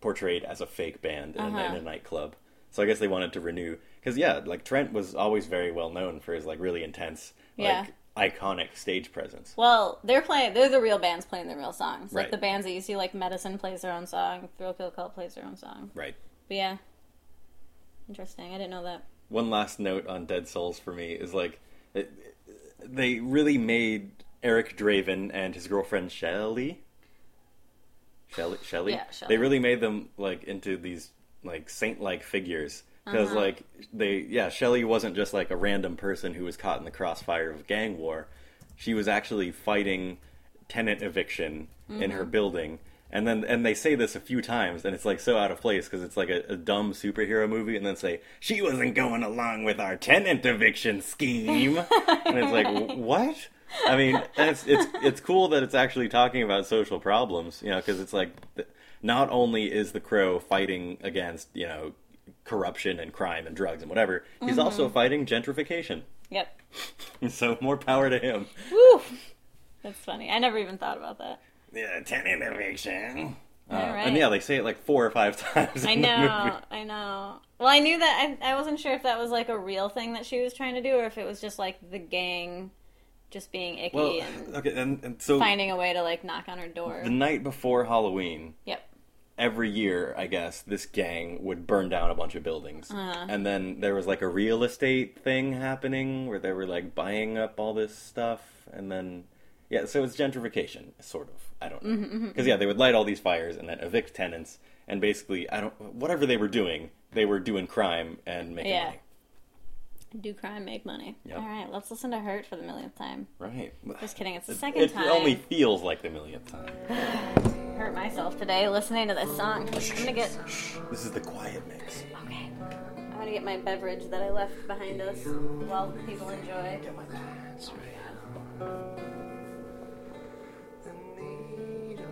[SPEAKER 1] portrayed as a fake band in, a, in a nightclub, so I guess they wanted to renew. Because yeah, like Trent was always very well known for his like really intense, like iconic stage presence.
[SPEAKER 2] Well, they're playing. They're the real bands playing the real songs. Like
[SPEAKER 1] Right.
[SPEAKER 2] the bands that you see, like Medicine plays their own song, Thrill Kill Cult plays their own song.
[SPEAKER 1] Right.
[SPEAKER 2] But yeah, interesting. I didn't know that.
[SPEAKER 1] One last note on Dead Souls for me is like it, they really made Eric Draven and his girlfriend Shelly. Shelly, Shelly.
[SPEAKER 2] Yeah, Shelley.
[SPEAKER 1] They really made them like into these like saint-like figures because like they yeah Shelly wasn't just like a random person who was caught in the crossfire of gang war. She was actually fighting tenant eviction in her building. And then and they say this a few times, and it's like so out of place because it's like a, a dumb superhero movie, and then say she wasn't going along with our tenant eviction scheme, and it's like "Wh- what? I mean, it's it's it's cool that it's actually talking about social problems, you know, because it's like th- not only is the crow fighting against you know corruption and crime and drugs and whatever, he's
[SPEAKER 2] Mm-hmm.
[SPEAKER 1] also fighting gentrification.
[SPEAKER 2] Yep.
[SPEAKER 1] So more power to him.
[SPEAKER 2] Woo. That's funny. I never even thought about that.
[SPEAKER 1] Yeah, tenant eviction. Uh,
[SPEAKER 2] All right.
[SPEAKER 1] And yeah, they say it like four or five times.
[SPEAKER 2] I
[SPEAKER 1] in the
[SPEAKER 2] know.
[SPEAKER 1] movie.
[SPEAKER 2] I know. Well, I knew that. I, I wasn't sure if that was like a real thing that she was trying to do, or if it was just like the gang, just being icky
[SPEAKER 1] Well,
[SPEAKER 2] and
[SPEAKER 1] okay, and, and so
[SPEAKER 2] finding a way to like knock on her door.
[SPEAKER 1] the night before Halloween,
[SPEAKER 2] Yep.
[SPEAKER 1] every year, I guess, this gang would burn down a bunch of buildings.
[SPEAKER 2] Uh-huh.
[SPEAKER 1] And then there was like a real estate thing happening where they were like buying up all this stuff. And then, yeah, so it's gentrification, sort of. I don't
[SPEAKER 2] Mm-hmm,
[SPEAKER 1] know. Because, yeah, they would light all these fires and then evict tenants. And basically, I don't, whatever they were doing, they were doing crime and making
[SPEAKER 2] Yeah.
[SPEAKER 1] money.
[SPEAKER 2] Do crime, make money.
[SPEAKER 1] Yep.
[SPEAKER 2] All right, let's listen to Hurt for the millionth time.
[SPEAKER 1] Right.
[SPEAKER 2] Just kidding. It's the
[SPEAKER 1] It-
[SPEAKER 2] second
[SPEAKER 1] it
[SPEAKER 2] time.
[SPEAKER 1] only feels like the millionth time.
[SPEAKER 2] hurt myself today listening to this song. I'm gonna get
[SPEAKER 1] This is the quiet mix.
[SPEAKER 2] okay. I'm gonna get my beverage that I left behind us while people enjoy.
[SPEAKER 3] Get my pants right. The needle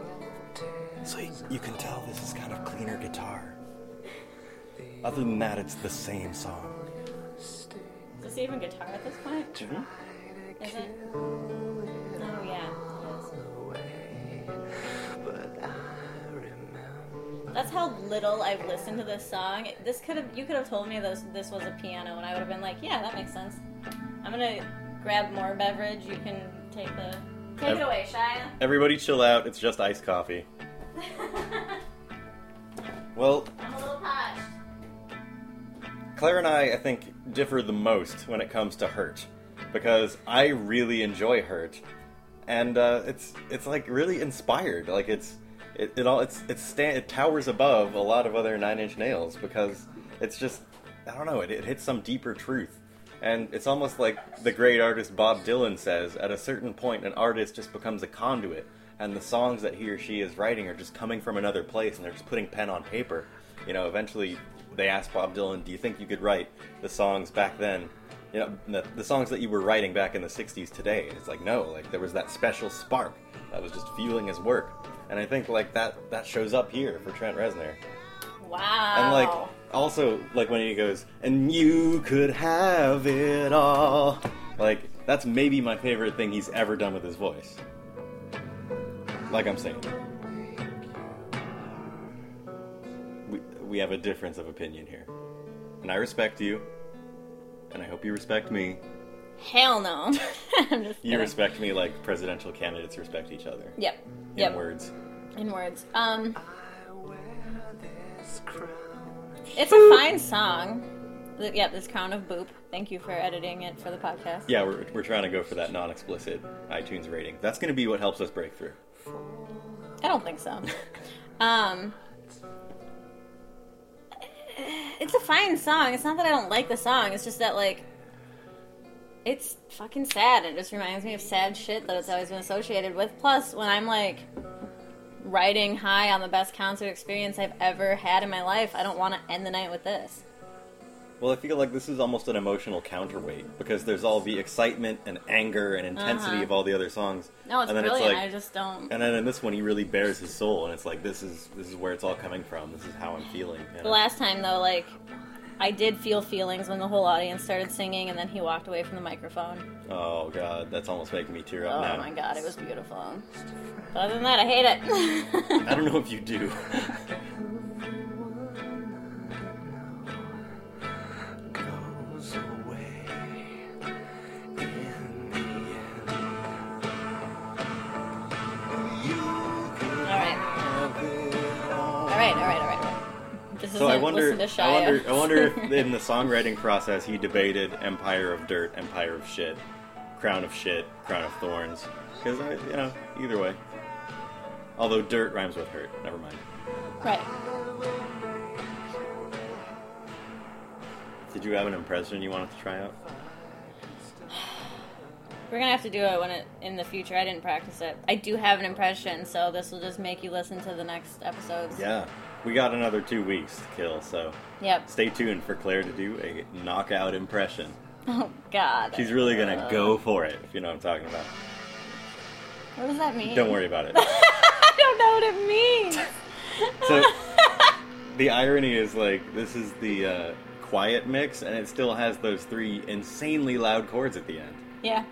[SPEAKER 3] tears
[SPEAKER 1] So you, you can tell this is kind of cleaner guitar. Other than that, it's the same song.
[SPEAKER 3] stick.
[SPEAKER 2] Is this even guitar at this point?
[SPEAKER 1] Mm-hmm.
[SPEAKER 2] Is it? Oh yeah. it
[SPEAKER 3] But I remember
[SPEAKER 2] is. That's how little I've listened to this song. This could have you could have told me this this was a piano and I would have been like, yeah, that makes sense. I'm gonna grab more beverage. You can take the take
[SPEAKER 1] Ev-
[SPEAKER 2] it away, Shia.
[SPEAKER 1] Everybody chill out, it's just iced coffee. Well,
[SPEAKER 2] I'm a little parched.
[SPEAKER 1] Claire and I, I think, differ the most when it comes to Hurt, because I really enjoy Hurt, and uh, it's it's like really inspired. Like it's it, it all it's it's sta it towers above a lot of other Nine Inch Nails because it's just I don't know it, it hits some deeper truth, and it's almost like the great artist Bob Dylan says: at a certain point, an artist just becomes a conduit, and the songs that he or she is writing are just coming from another place, and they're just putting pen on paper. You know, eventually they asked Bob Dylan, "Do you think you could write the songs back then? You know, the, the songs that you were writing back in the '60s today?" And it's like, no, like there was that special spark that was just fueling his work, and I think like that that shows up here for Trent Reznor,
[SPEAKER 2] Wow.
[SPEAKER 1] and like also like when he goes, "And you could have it all," like that's maybe my favorite thing he's ever done with his voice. Like I'm saying. we, we have a difference of opinion here. And I respect you. And I hope you respect me.
[SPEAKER 2] Hell no. I'm just
[SPEAKER 1] You
[SPEAKER 2] kidding.
[SPEAKER 1] respect me like presidential candidates respect each other.
[SPEAKER 2] Yep.
[SPEAKER 1] In
[SPEAKER 2] Yep.
[SPEAKER 1] words.
[SPEAKER 2] In words. Um,
[SPEAKER 3] I wear this crown.
[SPEAKER 2] it's a fine song. The, yeah, this crown of boop. Thank you for editing it for the podcast.
[SPEAKER 1] Yeah, we're, we're trying to go for that non explicit iTunes rating. That's going to be what helps us break through.
[SPEAKER 2] I don't think so. um, it's a fine song. It's not that I don't like the song. It's just that like, it's fucking sad. It just reminds me of sad shit that it's always been associated with. Plus, when I'm like riding high on the best concert experience I've ever had in my life, I don't want to end the night with this.
[SPEAKER 1] Well, I feel like this is almost an emotional counterweight because there's all the excitement and anger and intensity
[SPEAKER 2] Uh-huh.
[SPEAKER 1] of all the other songs.
[SPEAKER 2] No, it's
[SPEAKER 1] and then
[SPEAKER 2] brilliant.
[SPEAKER 1] It's like,
[SPEAKER 2] I just don't.
[SPEAKER 1] and then in this one, he really bears his soul, and it's like this is this is where it's all coming from. This is how I'm feeling. you
[SPEAKER 2] The
[SPEAKER 1] know?
[SPEAKER 2] last time though, like I did feel feelings when the whole audience started singing, and then he walked away from the microphone.
[SPEAKER 1] Oh god, that's almost making me tear up
[SPEAKER 2] Oh
[SPEAKER 1] now.
[SPEAKER 2] my god, it was beautiful. But other than that, I hate it.
[SPEAKER 1] I don't know if you do.
[SPEAKER 3] Goes away in the end. You
[SPEAKER 2] all
[SPEAKER 3] could
[SPEAKER 2] right,
[SPEAKER 3] have it all.
[SPEAKER 2] all right, all right, all right. All right. This is
[SPEAKER 1] so I wonder,
[SPEAKER 2] Listen to Shia.
[SPEAKER 1] I wonder, I wonder if in the songwriting process he debated Empire of Dirt, Empire of Shit, Crown of Shit, Crown of Thorns, because I, you know, either way. Although dirt rhymes with hurt. Never mind.
[SPEAKER 2] right.
[SPEAKER 1] Did you have an impression you wanted to try out?
[SPEAKER 2] We're gonna have to do it when it in the future. I didn't practice it. I do have an impression, so this will just make you listen to the next episodes.
[SPEAKER 1] Yeah, we got another two weeks to kill, so
[SPEAKER 2] Yep.
[SPEAKER 1] stay tuned for Claire to do a knockout impression.
[SPEAKER 2] Oh God.
[SPEAKER 1] She's really gonna
[SPEAKER 2] Uh,
[SPEAKER 1] go for it, if you know what I'm talking about.
[SPEAKER 2] What does that mean?
[SPEAKER 1] Don't worry about it.
[SPEAKER 2] I don't know what it
[SPEAKER 1] So
[SPEAKER 2] means.
[SPEAKER 1] the irony is like this is the uh, quiet mix, and it still has those three insanely loud chords at the end.
[SPEAKER 2] yeah.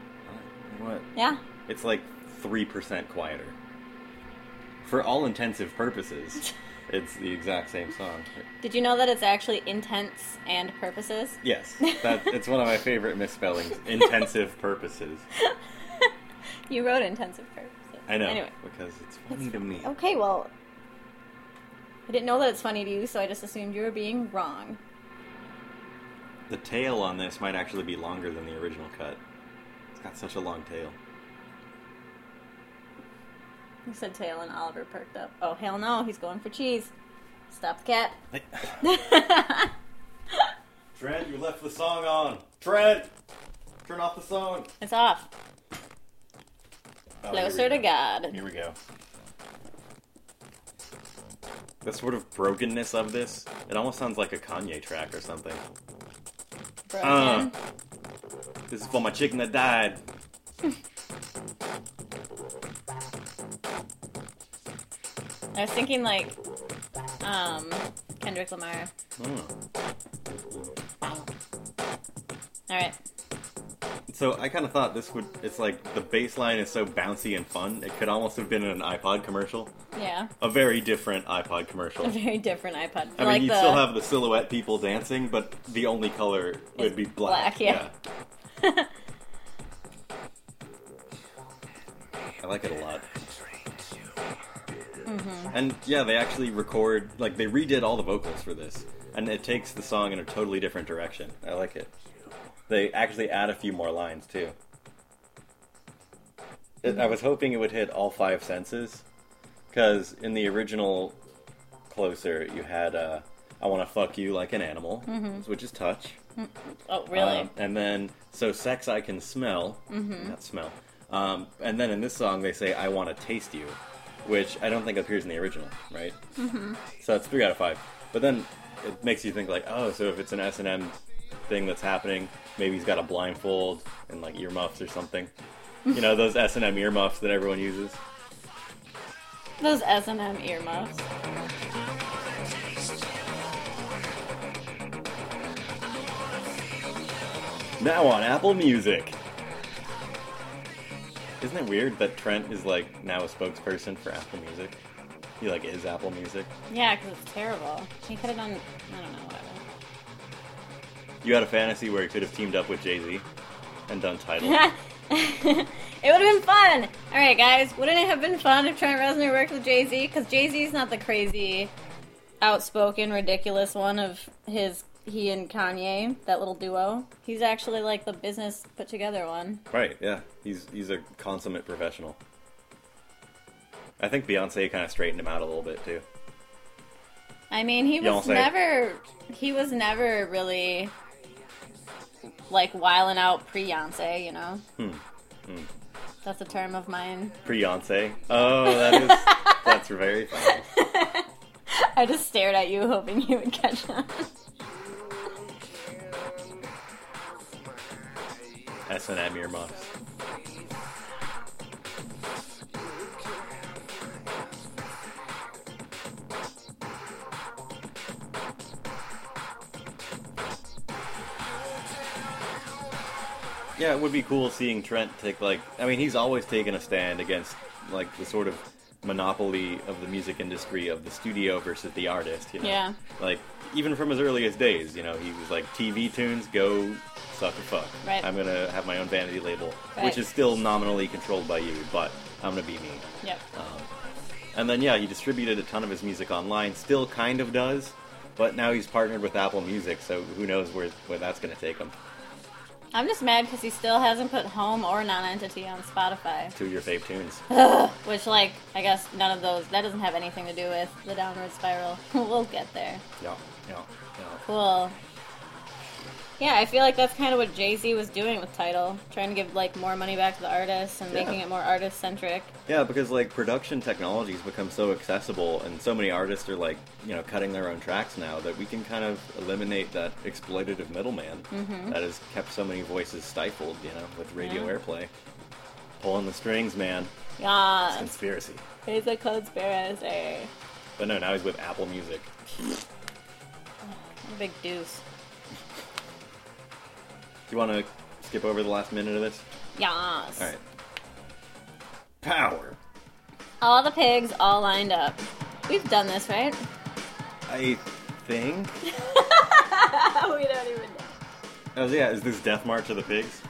[SPEAKER 1] What?
[SPEAKER 2] Yeah.
[SPEAKER 1] It's like three percent quieter. For all intensive purposes, it's the exact same song.
[SPEAKER 2] Did you know that it's actually intents and purposes?
[SPEAKER 1] Yes, that it's one of my favorite misspellings. Intensive purposes.
[SPEAKER 2] You wrote intensive purposes.
[SPEAKER 1] I know
[SPEAKER 2] Anyway. Oh.
[SPEAKER 1] because it's funny to me.
[SPEAKER 2] Okay, well. I didn't know that it's funny to you, so I just assumed you were being wrong.
[SPEAKER 1] The tail on this might actually be longer than the original cut. It's got such a long tail.
[SPEAKER 2] You said tail and Oliver perked up. Oh, hell no, he's going for cheese. Stop the cat.
[SPEAKER 1] Trent, you left the song on. Trent, turn off the song.
[SPEAKER 2] it's off.
[SPEAKER 1] Oh, here we
[SPEAKER 2] Closer to
[SPEAKER 1] go.
[SPEAKER 2] God.
[SPEAKER 1] Here we go. The sort of brokenness of this, it almost sounds like a Kanye track or something. Uh.
[SPEAKER 2] Broken.
[SPEAKER 1] This is for my chicken that died.
[SPEAKER 2] I was thinking, like, um, Kendrick Lamar.
[SPEAKER 1] Mm.
[SPEAKER 2] Alright.
[SPEAKER 1] So I kind of thought this would, it's like the bass line is so bouncy and fun, it could almost have been in an iPod commercial.
[SPEAKER 2] Yeah.
[SPEAKER 1] A very different iPod commercial.
[SPEAKER 2] A very different iPod.
[SPEAKER 1] I mean, you still have the silhouette people dancing, but the only color would be black.
[SPEAKER 2] black, yeah. have.
[SPEAKER 1] yeah. I like it a lot.
[SPEAKER 3] Treat you
[SPEAKER 2] Mm-hmm.
[SPEAKER 1] And yeah, they actually record, like, they redid all the vocals for this. And it takes the song in a totally different direction. I like it. They actually add a few more lines, too. It, I was hoping it would hit all five senses. Because in the original Closer, you had, uh, I want to fuck you like an animal, which is touch.
[SPEAKER 2] oh, really?
[SPEAKER 1] Um, and then, so sex I can smell, not smell. Um, and then in this song, they say, I want to taste you, which I don't think appears in the original, right? Mm-hmm. So that's three out of five. But then it makes you think, like, oh, so if it's an S&M thing that's happening, maybe he's got a blindfold and like earmuffs or something. You know, those S&M earmuffs that everyone uses.
[SPEAKER 2] Those S and M earmuffs.
[SPEAKER 1] Now on Apple Music. Isn't it weird that Trent is like now a spokesperson for Apple Music? He like is Apple Music.
[SPEAKER 2] Yeah, because it's terrible. He could have done. I don't know. Whatever.
[SPEAKER 1] You had a fantasy where he could have teamed up with Jay Z and done title.
[SPEAKER 2] it would have been fun. All right, guys, wouldn't it have been fun if Trent Reznor worked with Jay Z? Because Jay Z's not the crazy, outspoken, ridiculous one of his. He and Kanye, that little duo. He's actually like the business put together one.
[SPEAKER 1] right? Yeah, he's he's a consummate professional. I think Beyonce kind of straightened him out a little bit too.
[SPEAKER 2] I mean, he was
[SPEAKER 1] Beyonce.
[SPEAKER 2] never. He was never really like wiling out pre Beyonce. You know. That's a term of mine.
[SPEAKER 1] Beyonce. Oh, that is that's very funny.
[SPEAKER 2] I just stared at you, hoping you would catch on.
[SPEAKER 1] SNM earmuffs. Yeah, it would be cool seeing Trent take like. I mean, he's always taken a stand against like the sort of monopoly of the music industry of the studio versus the artist. You know,
[SPEAKER 2] Yeah.
[SPEAKER 1] like even from his earliest days, you know, he was like TV tunes go suck a fuck.
[SPEAKER 2] Right.
[SPEAKER 1] I'm gonna have my own vanity label,
[SPEAKER 2] Right.
[SPEAKER 1] which is still nominally controlled by you, but I'm gonna be me.
[SPEAKER 2] Yep.
[SPEAKER 1] And then yeah, he distributed a ton of his music online. Still kind of does, but now he's partnered with Apple Music, so who knows where where that's gonna take him.
[SPEAKER 2] I'm just mad because he still hasn't put Home or Nonentity on Spotify,
[SPEAKER 1] To your fave tunes.
[SPEAKER 2] which, like, I guess none of those. That doesn't have anything to do with the downward spiral. we'll get there.
[SPEAKER 1] Yeah, yeah, yeah.
[SPEAKER 2] Cool. Yeah, I feel like that's kind of what Jay Z was doing with Title, trying to give like more money back to the artists and
[SPEAKER 1] Yeah.
[SPEAKER 2] making it more artist centric.
[SPEAKER 1] Yeah, because like production technologies become so accessible, and so many artists are like you know cutting their own tracks now that we can kind of eliminate that exploitative middleman that has kept so many voices stifled. You know, with radio
[SPEAKER 2] Yeah.
[SPEAKER 1] airplay, pulling the strings, man.
[SPEAKER 2] Yeah,
[SPEAKER 1] Conspiracy.
[SPEAKER 2] he's a conspiracy.
[SPEAKER 1] But no, now he's with Apple Music.
[SPEAKER 2] What a big deuce.
[SPEAKER 1] Do you want to skip over the last minute of this?
[SPEAKER 2] Yas.
[SPEAKER 1] All right. Power.
[SPEAKER 2] All the pigs all lined up. We've done this, right?
[SPEAKER 1] I think.
[SPEAKER 2] we don't even know.
[SPEAKER 1] Oh yeah, is this Death March of the Pigs?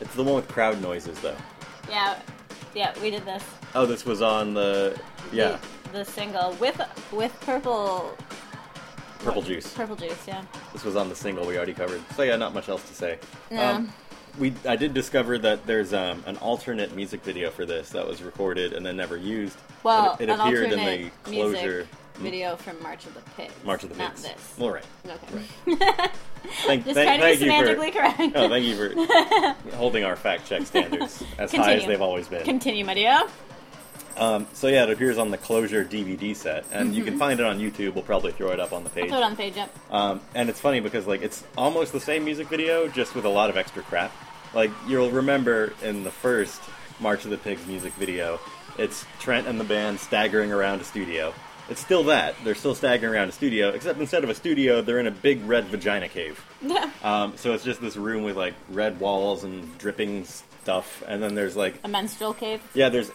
[SPEAKER 1] It's the one with crowd noises though.
[SPEAKER 2] Yeah, yeah, we did this.
[SPEAKER 1] Oh, this was on the yeah
[SPEAKER 2] The, the single with with purple
[SPEAKER 1] purple juice.
[SPEAKER 2] purple juice. Yeah.
[SPEAKER 1] This was on the single we already covered. So yeah, not much else to say. Um,
[SPEAKER 2] No.
[SPEAKER 1] we I did discover that there's um, an alternate music video for this that was recorded and then never used.
[SPEAKER 2] Well,
[SPEAKER 1] it, it
[SPEAKER 2] an
[SPEAKER 1] appeared
[SPEAKER 2] alternate
[SPEAKER 1] in the closure
[SPEAKER 2] music video from March of the Pigs.
[SPEAKER 1] March of the
[SPEAKER 2] Not
[SPEAKER 1] Pigs.
[SPEAKER 2] this.
[SPEAKER 1] All right.
[SPEAKER 2] Okay.
[SPEAKER 1] Thank,
[SPEAKER 2] Just
[SPEAKER 1] thank,
[SPEAKER 2] trying to
[SPEAKER 1] thank
[SPEAKER 2] be
[SPEAKER 1] you
[SPEAKER 2] semantically
[SPEAKER 1] for
[SPEAKER 2] correct.
[SPEAKER 1] oh, thank you for holding our fact check standards as high as
[SPEAKER 2] Continue.
[SPEAKER 1] they've always been.
[SPEAKER 2] Continue, my dear.
[SPEAKER 1] Um, so yeah, it appears on the Closure DVD set, and you can find it on YouTube. We'll probably throw it up on the page.
[SPEAKER 2] Throw it on the page up.
[SPEAKER 1] Um, and it's funny because like it's almost the same music video, just with a lot of extra crap. Like you'll remember in the first March of the Pigs music video, it's Trent and the band staggering around a studio. It's still that they're still staggering around a studio, except instead of a studio, they're in a big red vagina cave. Um, so it's just this room with like red walls and dripping stuff, and then there's like
[SPEAKER 2] A menstrual cave.
[SPEAKER 1] yeah, there's.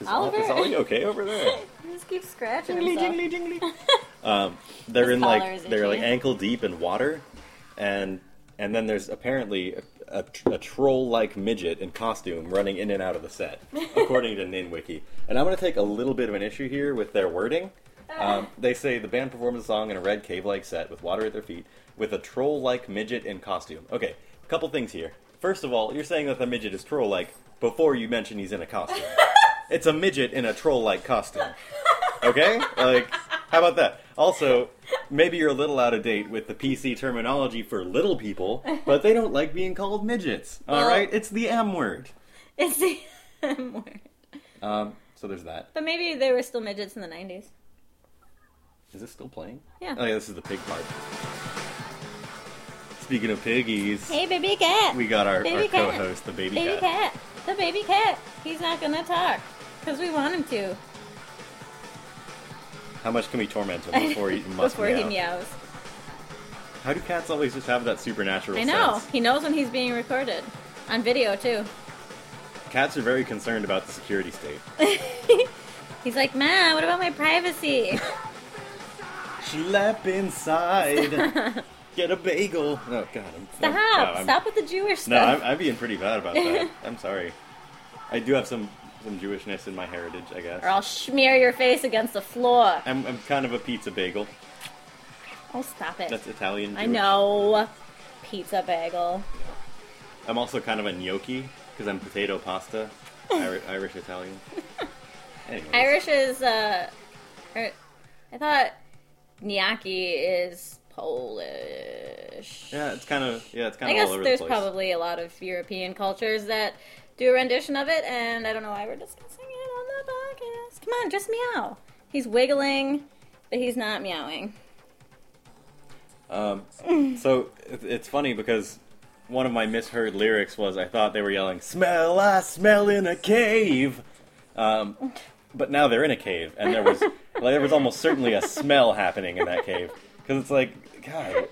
[SPEAKER 1] Is, Ol-
[SPEAKER 2] Oliver?
[SPEAKER 1] is Ollie okay over there?
[SPEAKER 2] He just keeps scratching
[SPEAKER 1] Jingly,
[SPEAKER 2] himself.
[SPEAKER 1] jingly, jingly. um, they're
[SPEAKER 2] His
[SPEAKER 1] in
[SPEAKER 2] collar
[SPEAKER 1] like
[SPEAKER 2] is
[SPEAKER 1] they're like
[SPEAKER 2] itchy.
[SPEAKER 1] ankle deep in water, and and then there's apparently a, a, tr- a troll-like midget in costume running in and out of the set, according to NinWiki. And I'm going to take a little bit of an issue here with their wording.
[SPEAKER 2] Ah.
[SPEAKER 1] Um, they say the band performs a song in a red cave-like set with water at their feet, with a troll-like midget in costume. Okay, a couple things here. First of all, you're saying that the midget is troll-like before you mention he's in a costume. it's a midget in a troll-like costume. Okay? Like, how about that? Also, maybe you're a little out of date with the PC terminology for little people, but they don't like being called midgets. All
[SPEAKER 2] Well-
[SPEAKER 1] right? It's the M word.
[SPEAKER 2] It's the M word.
[SPEAKER 1] Um, so there's that.
[SPEAKER 2] But maybe they were still midgets in the 90s.
[SPEAKER 1] Is this still playing?
[SPEAKER 2] Yeah.
[SPEAKER 1] Oh, yeah, this is the pig part. Speaking of piggies,
[SPEAKER 2] Hey, baby cat.
[SPEAKER 1] we got our,
[SPEAKER 2] Baby
[SPEAKER 1] our co
[SPEAKER 2] cat.
[SPEAKER 1] host, the baby,
[SPEAKER 2] baby
[SPEAKER 1] cat.
[SPEAKER 2] cat. The baby cat. He's not gonna talk because we want him to
[SPEAKER 1] How much can we torment him before he must
[SPEAKER 2] before
[SPEAKER 1] meow?
[SPEAKER 2] he meows.
[SPEAKER 1] How do cats always just have that supernatural
[SPEAKER 2] I know.
[SPEAKER 1] sense?
[SPEAKER 2] He knows when he's being recorded on video too.
[SPEAKER 1] Cats are very concerned about the security state.
[SPEAKER 2] He's like, Ma, what about my privacy?
[SPEAKER 1] Schlep inside. Get a bagel. Oh God! I'm,
[SPEAKER 2] Stop!
[SPEAKER 1] wow, I'm-
[SPEAKER 2] Stop with the Jewish
[SPEAKER 1] No,
[SPEAKER 2] stuff.
[SPEAKER 1] I'm, I'm being pretty bad about that. I'm sorry. I do have some some Jewishness in my heritage, I
[SPEAKER 2] or
[SPEAKER 1] guess.
[SPEAKER 2] I'll smear your face against the floor.
[SPEAKER 1] I'm, I'm kind of a pizza bagel.
[SPEAKER 2] Oh, stop it!
[SPEAKER 1] That's Italian. Jewish.
[SPEAKER 2] I know. Pizza bagel.
[SPEAKER 1] I'm also kind of a gnocchi because I'm potato pasta, Iri- Irish Italian. Anyways.
[SPEAKER 2] Irish is. uh... er, I thought gnocchi is Polish.
[SPEAKER 1] Yeah, it's kind of yeah, it's kind
[SPEAKER 2] I
[SPEAKER 1] of
[SPEAKER 2] guess
[SPEAKER 1] all over
[SPEAKER 2] there's
[SPEAKER 1] the place.
[SPEAKER 2] probably a lot of European cultures that do a rendition of it, and I don't know why we're discussing it on the podcast. Come on, just meow. He's wiggling, but he's not meowing.
[SPEAKER 1] Um, so it- it's funny because one of my misheard lyrics was I thought they were yelling "Smell, I smell in a cave," um, but now they're in a cave, and there was like there was almost certainly a smell happening in that cave because it's like God.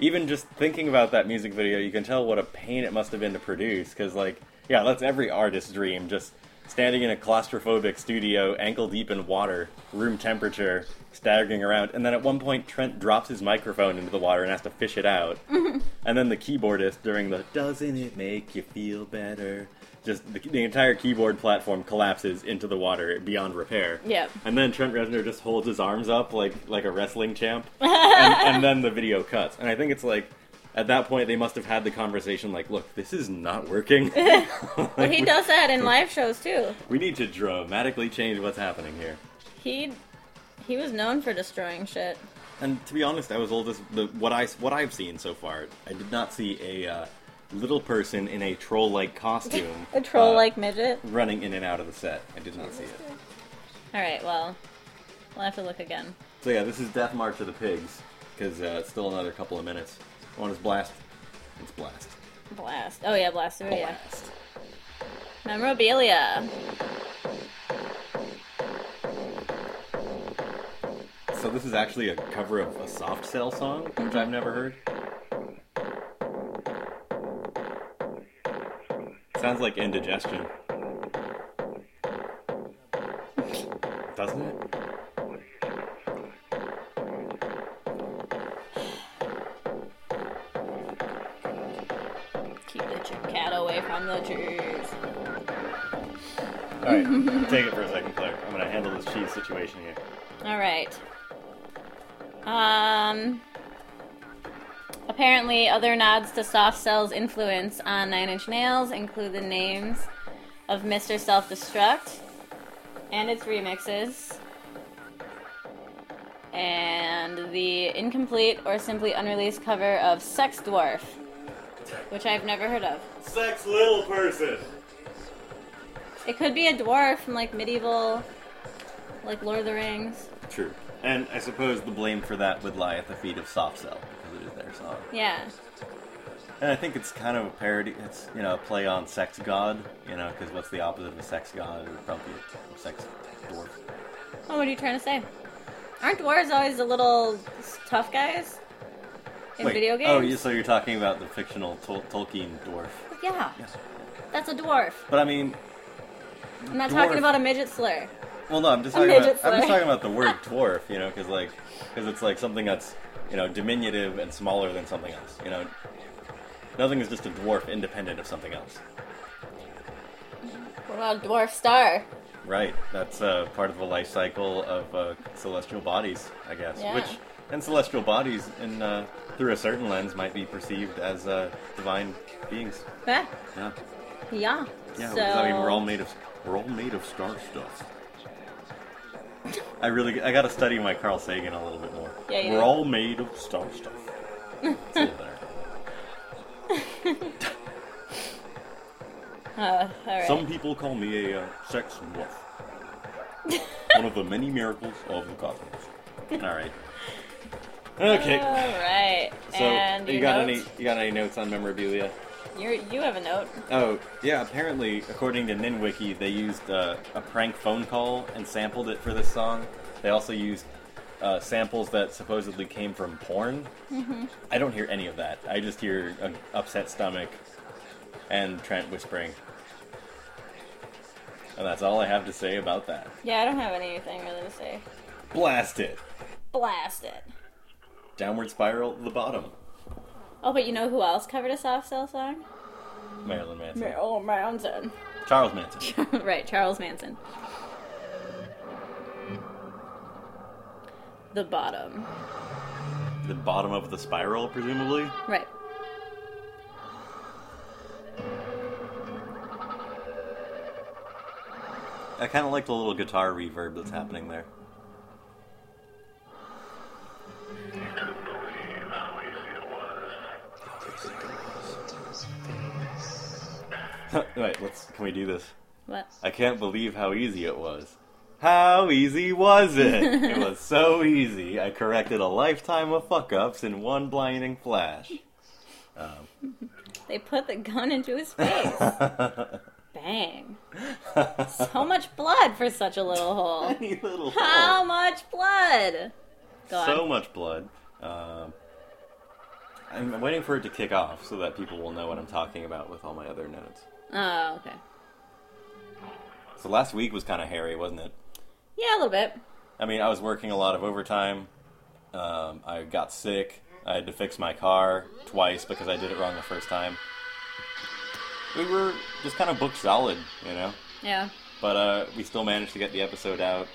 [SPEAKER 1] Even just thinking about that music video, you can tell what a pain it must have been to produce. Because like, yeah, that's every artist's dream. Just standing in a claustrophobic studio, ankle deep in water, room temperature, staggering around, and then at one point Trent drops his microphone into the water and has to fish it out. and then the keyboardist during the "Doesn't it make you feel better?" Just the, the entire keyboard platform collapses into the water beyond repair.
[SPEAKER 2] Yep.
[SPEAKER 1] And then Trent Reznor just holds his arms up like like a wrestling champ, and, and then the video cuts. And I think it's like. At that point, they must have had the conversation like, "Look, this is not working.
[SPEAKER 2] Well, he does that in live shows too.
[SPEAKER 1] we need to dramatically change what's happening here."
[SPEAKER 2] He he was known for destroying shit.
[SPEAKER 1] And to be honest, I was all this. The, what I what I've seen so far, I did not see a uh, little person in a troll like costume,
[SPEAKER 2] A troll
[SPEAKER 1] uh,
[SPEAKER 2] like midget.
[SPEAKER 1] running in and out of the set. I did not see it.
[SPEAKER 2] All right, well, we'll have to look again.
[SPEAKER 1] So yeah, this is Death March of the Pigs because uh, it's still another couple of minutes. One is blast. It's blast.
[SPEAKER 2] Blast. Oh yeah, blast. Oh, yeah.
[SPEAKER 1] Blast.
[SPEAKER 2] Memorabilia.
[SPEAKER 1] So this is actually a cover of a soft cell song, which I've never heard. Sounds like indigestion. Doesn't it?
[SPEAKER 2] Keep the ch- cat away from the trees.
[SPEAKER 1] Alright, take it for a second, Claire. I'm gonna handle this cheese situation here.
[SPEAKER 2] All right. Um. Apparently, other nods to Soft Cell's influence on Nine Inch Nails include the names of Mr. Self Destruct and its remixes, and the incomplete or simply unreleased cover of Sex Dwarf, which I've never heard of.
[SPEAKER 1] Sex little person!
[SPEAKER 2] It could be a dwarf from like medieval, like Lord of the Rings.
[SPEAKER 1] True. And I suppose the blame for that would lie at the feet of Soft Cell, because it is their song.
[SPEAKER 2] Yeah.
[SPEAKER 1] And I think it's kind of a parody. It's you know a play on sex god. You know, because what's the opposite of a sex god? It would probably be a sex dwarf.
[SPEAKER 2] Oh, what are you trying to say? Aren't dwarves always the little s- tough guys in video games?
[SPEAKER 1] Oh, you- so you're talking about the fictional Tol- Tolkien dwarf?
[SPEAKER 2] yeah.
[SPEAKER 1] Yes.
[SPEAKER 2] That's a dwarf.
[SPEAKER 1] But I mean,
[SPEAKER 2] I'm not
[SPEAKER 1] Dwarf.
[SPEAKER 2] talking about a midget slur.
[SPEAKER 1] well, no, I'm just
[SPEAKER 2] A
[SPEAKER 1] talking about
[SPEAKER 2] midget
[SPEAKER 1] I'm just
[SPEAKER 2] slur.
[SPEAKER 1] talking about the word dwarf. You know, because like because it's like something that's you know diminutive and smaller than something else. You know, nothing is just a dwarf independent of something else.
[SPEAKER 2] What about a dwarf star?
[SPEAKER 1] Right. That's uh, part of the life cycle of uh, celestial bodies, I guess.
[SPEAKER 2] Yeah.
[SPEAKER 1] Which and celestial bodies, in uh, through a certain lens, might be perceived as uh, divine beings.
[SPEAKER 2] Yeah.
[SPEAKER 1] Yeah.
[SPEAKER 2] Yeah.
[SPEAKER 1] Yeah.
[SPEAKER 2] So,
[SPEAKER 1] because, I mean, we're all made of we're all made of star stuff. I really I got to study my Carl Sagan a little bit more.
[SPEAKER 2] Yeah, you
[SPEAKER 1] we're
[SPEAKER 2] do.
[SPEAKER 1] all made of star stuff. It's a little better.
[SPEAKER 2] Uh, all right.
[SPEAKER 1] Some people call me a uh, sex wolf. One of the many miracles of the cosmos. All right. Okay.
[SPEAKER 2] All right.
[SPEAKER 1] So
[SPEAKER 2] Uh, and
[SPEAKER 1] you
[SPEAKER 2] your
[SPEAKER 1] got
[SPEAKER 2] note?
[SPEAKER 1] any you got any notes on memorabilia?
[SPEAKER 2] You're, you have a note.
[SPEAKER 1] Oh yeah, apparently according to NinWiki, they used uh, a prank phone call and sampled it for this song. They also used uh, samples that supposedly came from porn. I don't hear any of that. I just hear an upset stomach and Trent whispering, and that's all I have to say about that.
[SPEAKER 2] Yeah, I don't have anything really to say.
[SPEAKER 1] Blast it!
[SPEAKER 2] Blast it.
[SPEAKER 1] Downward spiral, the bottom.
[SPEAKER 2] Oh, but you know who else covered a soft cell song?
[SPEAKER 1] Marilyn Manson.
[SPEAKER 2] Marilyn Manson.
[SPEAKER 1] Charles Manson.
[SPEAKER 2] right, Charles Manson. The bottom.
[SPEAKER 1] the bottom of the spiral, presumably.
[SPEAKER 2] Right.
[SPEAKER 1] I kind of like the little guitar reverb that's happening there. Wait, let's. Can we do this?
[SPEAKER 2] What?
[SPEAKER 1] I can't believe how easy it was. How easy was it? it was so easy. I corrected a lifetime of fuck ups in one blinding flash.
[SPEAKER 2] They put the gun into his face. Bang. So much blood for such a little hole.
[SPEAKER 1] Tiny little hole.
[SPEAKER 2] How much blood? Go on.
[SPEAKER 1] so much blood. Um, I'm waiting for it to kick off so that people will know what I'm talking about with all my other notes.
[SPEAKER 2] oh, okay.
[SPEAKER 1] So last week was kind of hairy, wasn't it?
[SPEAKER 2] Yeah, a little bit.
[SPEAKER 1] I mean, I was working a lot of overtime. Um, I got sick. I had to fix my car twice because I did it wrong the first time. We were just kind of booked solid, you know.
[SPEAKER 2] Yeah.
[SPEAKER 1] But uh, we still managed to get the episode out.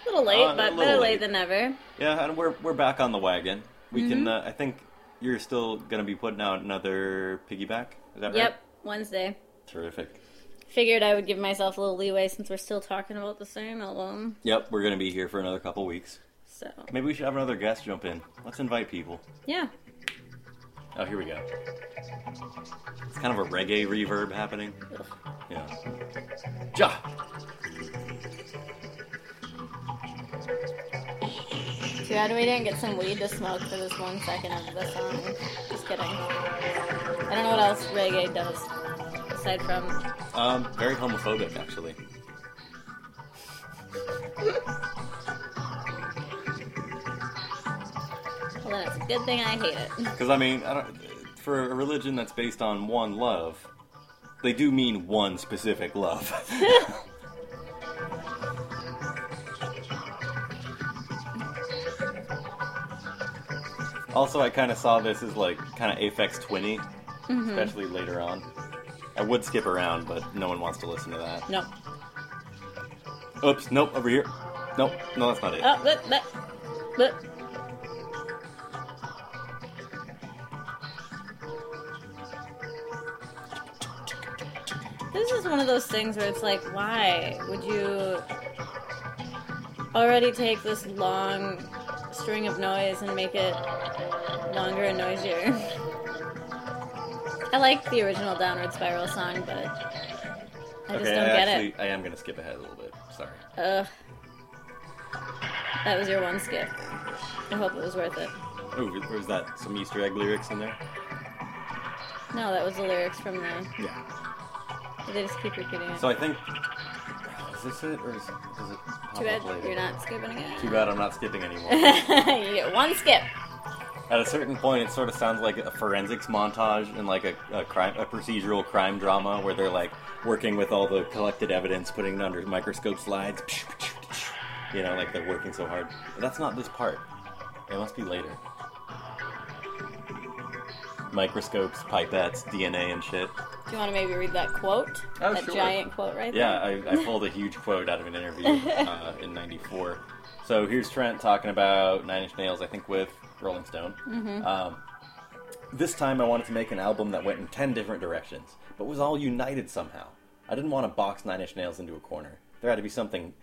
[SPEAKER 2] A little late,
[SPEAKER 1] Uh, a
[SPEAKER 2] but
[SPEAKER 1] little
[SPEAKER 2] better
[SPEAKER 1] late.
[SPEAKER 2] late than ever.
[SPEAKER 1] Yeah, and we're we're back on the wagon. We can. Uh, I think you're still gonna be putting out another piggyback. Is that right?
[SPEAKER 2] Yep, Wednesday.
[SPEAKER 1] Terrific.
[SPEAKER 2] Figured I would give myself a little leeway since we're still talking about the same album.
[SPEAKER 1] Yep, we're gonna be here for another couple weeks.
[SPEAKER 2] So,
[SPEAKER 1] Maybe we should have another guest jump in. Let's invite people.
[SPEAKER 2] yeah.
[SPEAKER 1] Oh, here we go. It's kind of a reggae reverb happening. Yeah. Ja.
[SPEAKER 2] Too bad we didn't get some weed to smoke for this one second of the song. Just kidding. I don't know what else reggae does aside from
[SPEAKER 1] Um, very homophobic, actually.
[SPEAKER 2] Well, then it's a good thing I hate it.
[SPEAKER 1] Because I mean, I don't, for a religion that's based on one love, they do mean one specific love. also, I kind of saw this as like kind of Aphex Twinny,
[SPEAKER 2] Mm-hmm.
[SPEAKER 1] especially later on. I would skip around, but no one wants to listen to that.
[SPEAKER 2] No.
[SPEAKER 1] Oops, nope, over here. Nope, no, that's not it.
[SPEAKER 2] Oh, but, but, but. This is one of those things where it's like, why would you already take this long string of noise and make it longer and noisier? I like the original Downward Spiral song, but I just
[SPEAKER 1] okay,
[SPEAKER 2] don't
[SPEAKER 1] I
[SPEAKER 2] get
[SPEAKER 1] actually,
[SPEAKER 2] it.
[SPEAKER 1] I am gonna skip ahead a little bit. Sorry.
[SPEAKER 2] Ugh. That was your one skip. I hope it was worth it.
[SPEAKER 1] Oh, was that some Easter egg lyrics in there?
[SPEAKER 2] No, that was the lyrics from the.
[SPEAKER 1] Yeah.
[SPEAKER 2] They just keep repeating it.
[SPEAKER 1] So I think is this it, or is, does it pop
[SPEAKER 2] Too bad
[SPEAKER 1] up later?
[SPEAKER 2] you're not skipping again.
[SPEAKER 1] Too bad I'm not skipping anymore.
[SPEAKER 2] you get one skip.
[SPEAKER 1] At a certain point, it sort of sounds like a forensics montage in like a, a crime, a procedural crime drama where they're like working with all the collected evidence, putting it under microscope slides. You know, like they're working so hard. But that's not this part. It must be later. Microscopes, pipettes, DNA, and shit.
[SPEAKER 2] Do you want to maybe read that quote?
[SPEAKER 1] Oh,
[SPEAKER 2] that
[SPEAKER 1] sure.
[SPEAKER 2] giant quote right
[SPEAKER 1] Yeah,
[SPEAKER 2] there?
[SPEAKER 1] I, I pulled a huge quote out of an interview uh, in '94. So here's Trent talking about Nine Inch Nails, I think, with Rolling Stone.
[SPEAKER 2] Mm-hmm.
[SPEAKER 1] Um, this time I wanted to make an album that went in 10 different directions, but was all united somehow. I didn't want to box Nine Inch Nails into a corner. There had to be something.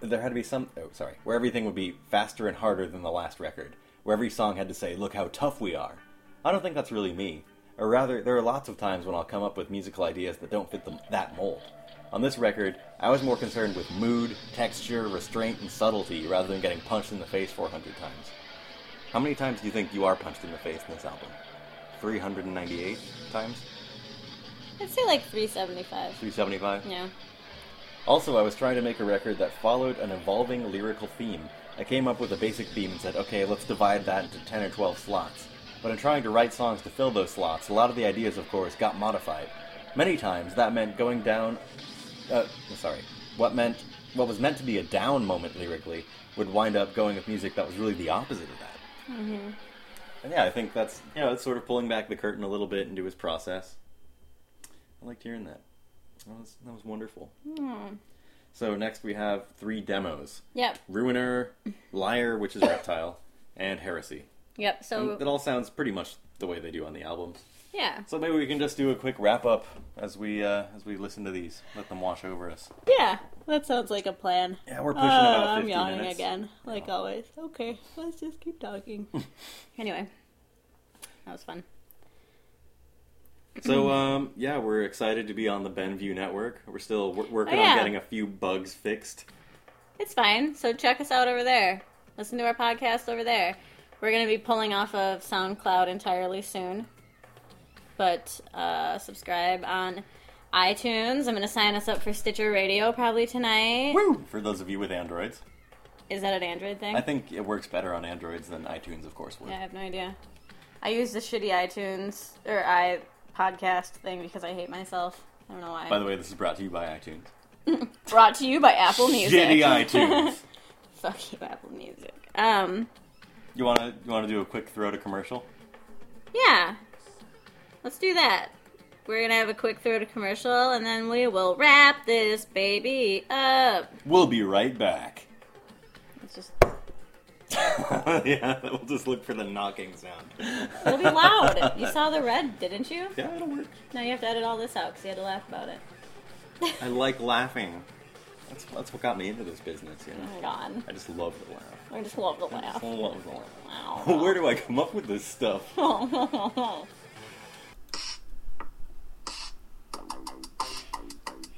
[SPEAKER 1] There had to be some. Oh, sorry. Where everything would be faster and harder than the last record. Where every song had to say, look how tough we are. I don't think that's really me. Or rather, there are lots of times when I'll come up with musical ideas that don't fit the, that mold. On this record, I was more concerned with mood, texture, restraint, and subtlety rather than getting punched in the face 400 times. How many times do you think you are punched in the face in this album? 398 times?
[SPEAKER 2] I'd say like 375.
[SPEAKER 1] 375?
[SPEAKER 2] Yeah.
[SPEAKER 1] Also, I was trying to make a record that followed an evolving lyrical theme. I came up with a basic theme and said, okay, let's divide that into 10 or 12 slots. But in trying to write songs to fill those slots, a lot of the ideas, of course, got modified. Many times, that meant going down. Uh, sorry. What meant. What was meant to be a down moment lyrically would wind up going with music that was really the opposite of that. Mm-hmm. And yeah, I think that's you know it's sort of pulling back the curtain a little bit into his process. I liked hearing that. That was that was wonderful. So next we have three demos:
[SPEAKER 2] Yep.
[SPEAKER 1] Ruiner, Liar, which is Reptile, and Heresy.
[SPEAKER 2] Yep. So,
[SPEAKER 1] And that all sounds pretty much the way they do on the albums.
[SPEAKER 2] yeah.
[SPEAKER 1] So maybe we can just do a quick wrap up as we uh, as we listen to these, let them wash over us.
[SPEAKER 2] Yeah. That sounds like a plan.
[SPEAKER 1] Yeah, we're pushing
[SPEAKER 2] Oh,
[SPEAKER 1] about
[SPEAKER 2] I'm
[SPEAKER 1] 15
[SPEAKER 2] yawning
[SPEAKER 1] minutes.
[SPEAKER 2] again, like always. Okay, let's just keep talking. anyway, that was fun.
[SPEAKER 1] So um, yeah, we're excited to be on the Benview network. We're still wor- working
[SPEAKER 2] Oh, yeah.
[SPEAKER 1] on getting a few bugs fixed.
[SPEAKER 2] It's fine. So check us out over there. Listen to our podcast over there. We're going to be pulling off of SoundCloud entirely soon. But uh, subscribe on iTunes. I'm going to sign us up for Stitcher Radio probably tonight.
[SPEAKER 1] Woo! For those of you with Androids,
[SPEAKER 2] Is that an Android thing?
[SPEAKER 1] I think it works better on Androids than iTunes, of course, would.
[SPEAKER 2] Yeah, I have no idea. I use the shitty iTunes or i podcast thing because I hate myself. I don't know why.
[SPEAKER 1] By the way, this is brought to you by iTunes.
[SPEAKER 2] Brought to you by Apple Music.
[SPEAKER 1] Shitty iTunes.
[SPEAKER 2] Fuck you, Apple Music. Um,
[SPEAKER 1] You wanna you wanna do a quick throw to commercial?
[SPEAKER 2] yeah, let's do that. We're gonna have a quick throw to commercial, and then we will wrap this baby up.
[SPEAKER 1] We'll be right back.
[SPEAKER 2] It's just
[SPEAKER 1] yeah, we'll just look for the knocking sound.
[SPEAKER 2] it'll be loud. you saw the red, didn't you?
[SPEAKER 1] Yeah, it'll work.
[SPEAKER 2] Now you have to edit all this out because you had to laugh about it.
[SPEAKER 1] I like laughing. That's that's what got me into this business, you know.
[SPEAKER 2] Oh my god,
[SPEAKER 1] I just love the laugh.
[SPEAKER 2] I just love the
[SPEAKER 1] I
[SPEAKER 2] laugh.
[SPEAKER 1] love the laugh.
[SPEAKER 2] Wow.
[SPEAKER 1] Where do I come up with this stuff?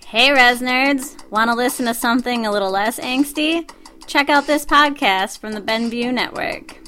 [SPEAKER 2] Hey, Res Nerds! Want to listen to something a little less angsty? Check out this podcast from the Benview Network.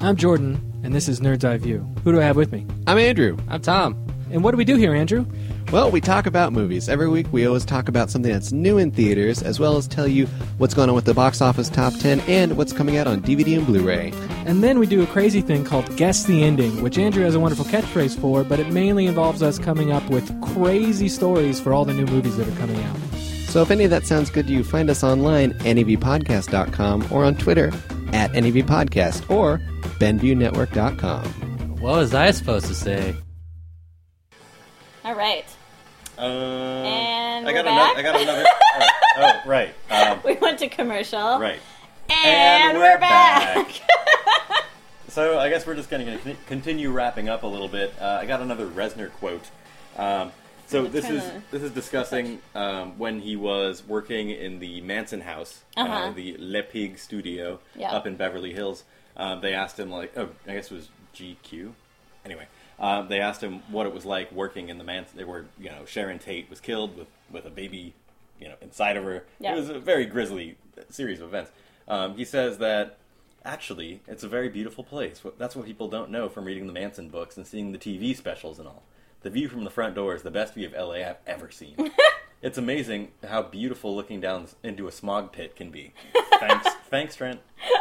[SPEAKER 4] I'm Jordan, and this is Nerd's Eye View. Who do I have with me?
[SPEAKER 5] I'm Andrew.
[SPEAKER 4] I'm Tom. And what do we do here, Andrew?
[SPEAKER 5] Well, we talk about movies. Every week we always talk about something that's new in theaters, as well as tell you what's going on with the box office top 10 and what's coming out on DVD and Blu ray.
[SPEAKER 4] And then we do a crazy thing called Guess the Ending, which Andrew has a wonderful catchphrase for, but it mainly involves us coming up with crazy stories for all the new movies that are coming out.
[SPEAKER 5] So if any of that sounds good to you, find us online, E nevpodcast.com, or on Twitter, at nevpodcast, or benviewnetwork.com.
[SPEAKER 6] What was I supposed to say?
[SPEAKER 2] All right,
[SPEAKER 1] Um,
[SPEAKER 2] And
[SPEAKER 1] I
[SPEAKER 2] we're
[SPEAKER 1] got another.
[SPEAKER 2] back.
[SPEAKER 1] I got another. oh, oh, right, um,
[SPEAKER 2] we went to commercial.
[SPEAKER 1] right.
[SPEAKER 2] and, we're, back.
[SPEAKER 1] so I guess we're just going to con- continue wrapping up a little bit. Uh, I got another Resner quote. Um, so this
[SPEAKER 2] try
[SPEAKER 1] is
[SPEAKER 2] to-
[SPEAKER 1] this is discussing um, when he was working in the Manson house, uh
[SPEAKER 2] Uh-huh.
[SPEAKER 1] the Lepig studio
[SPEAKER 2] Yeah.
[SPEAKER 1] up in Beverly Hills. Um, they asked him like, oh, I guess it was GQ. Anyway, um, they asked him what it was like working in the Manson. They were, you know, Sharon Tate was killed with with a baby, you know, inside of her.
[SPEAKER 2] Yeah.
[SPEAKER 1] It was a very grisly series of events. Um, he says that actually, it's a very beautiful place. What- That's what people don't know from reading the Manson books and seeing the TV specials and all. The view from the front door is the best view of LA I've ever seen. it's amazing how beautiful looking down into a smog pit can be. Thanks, thanks, Trent.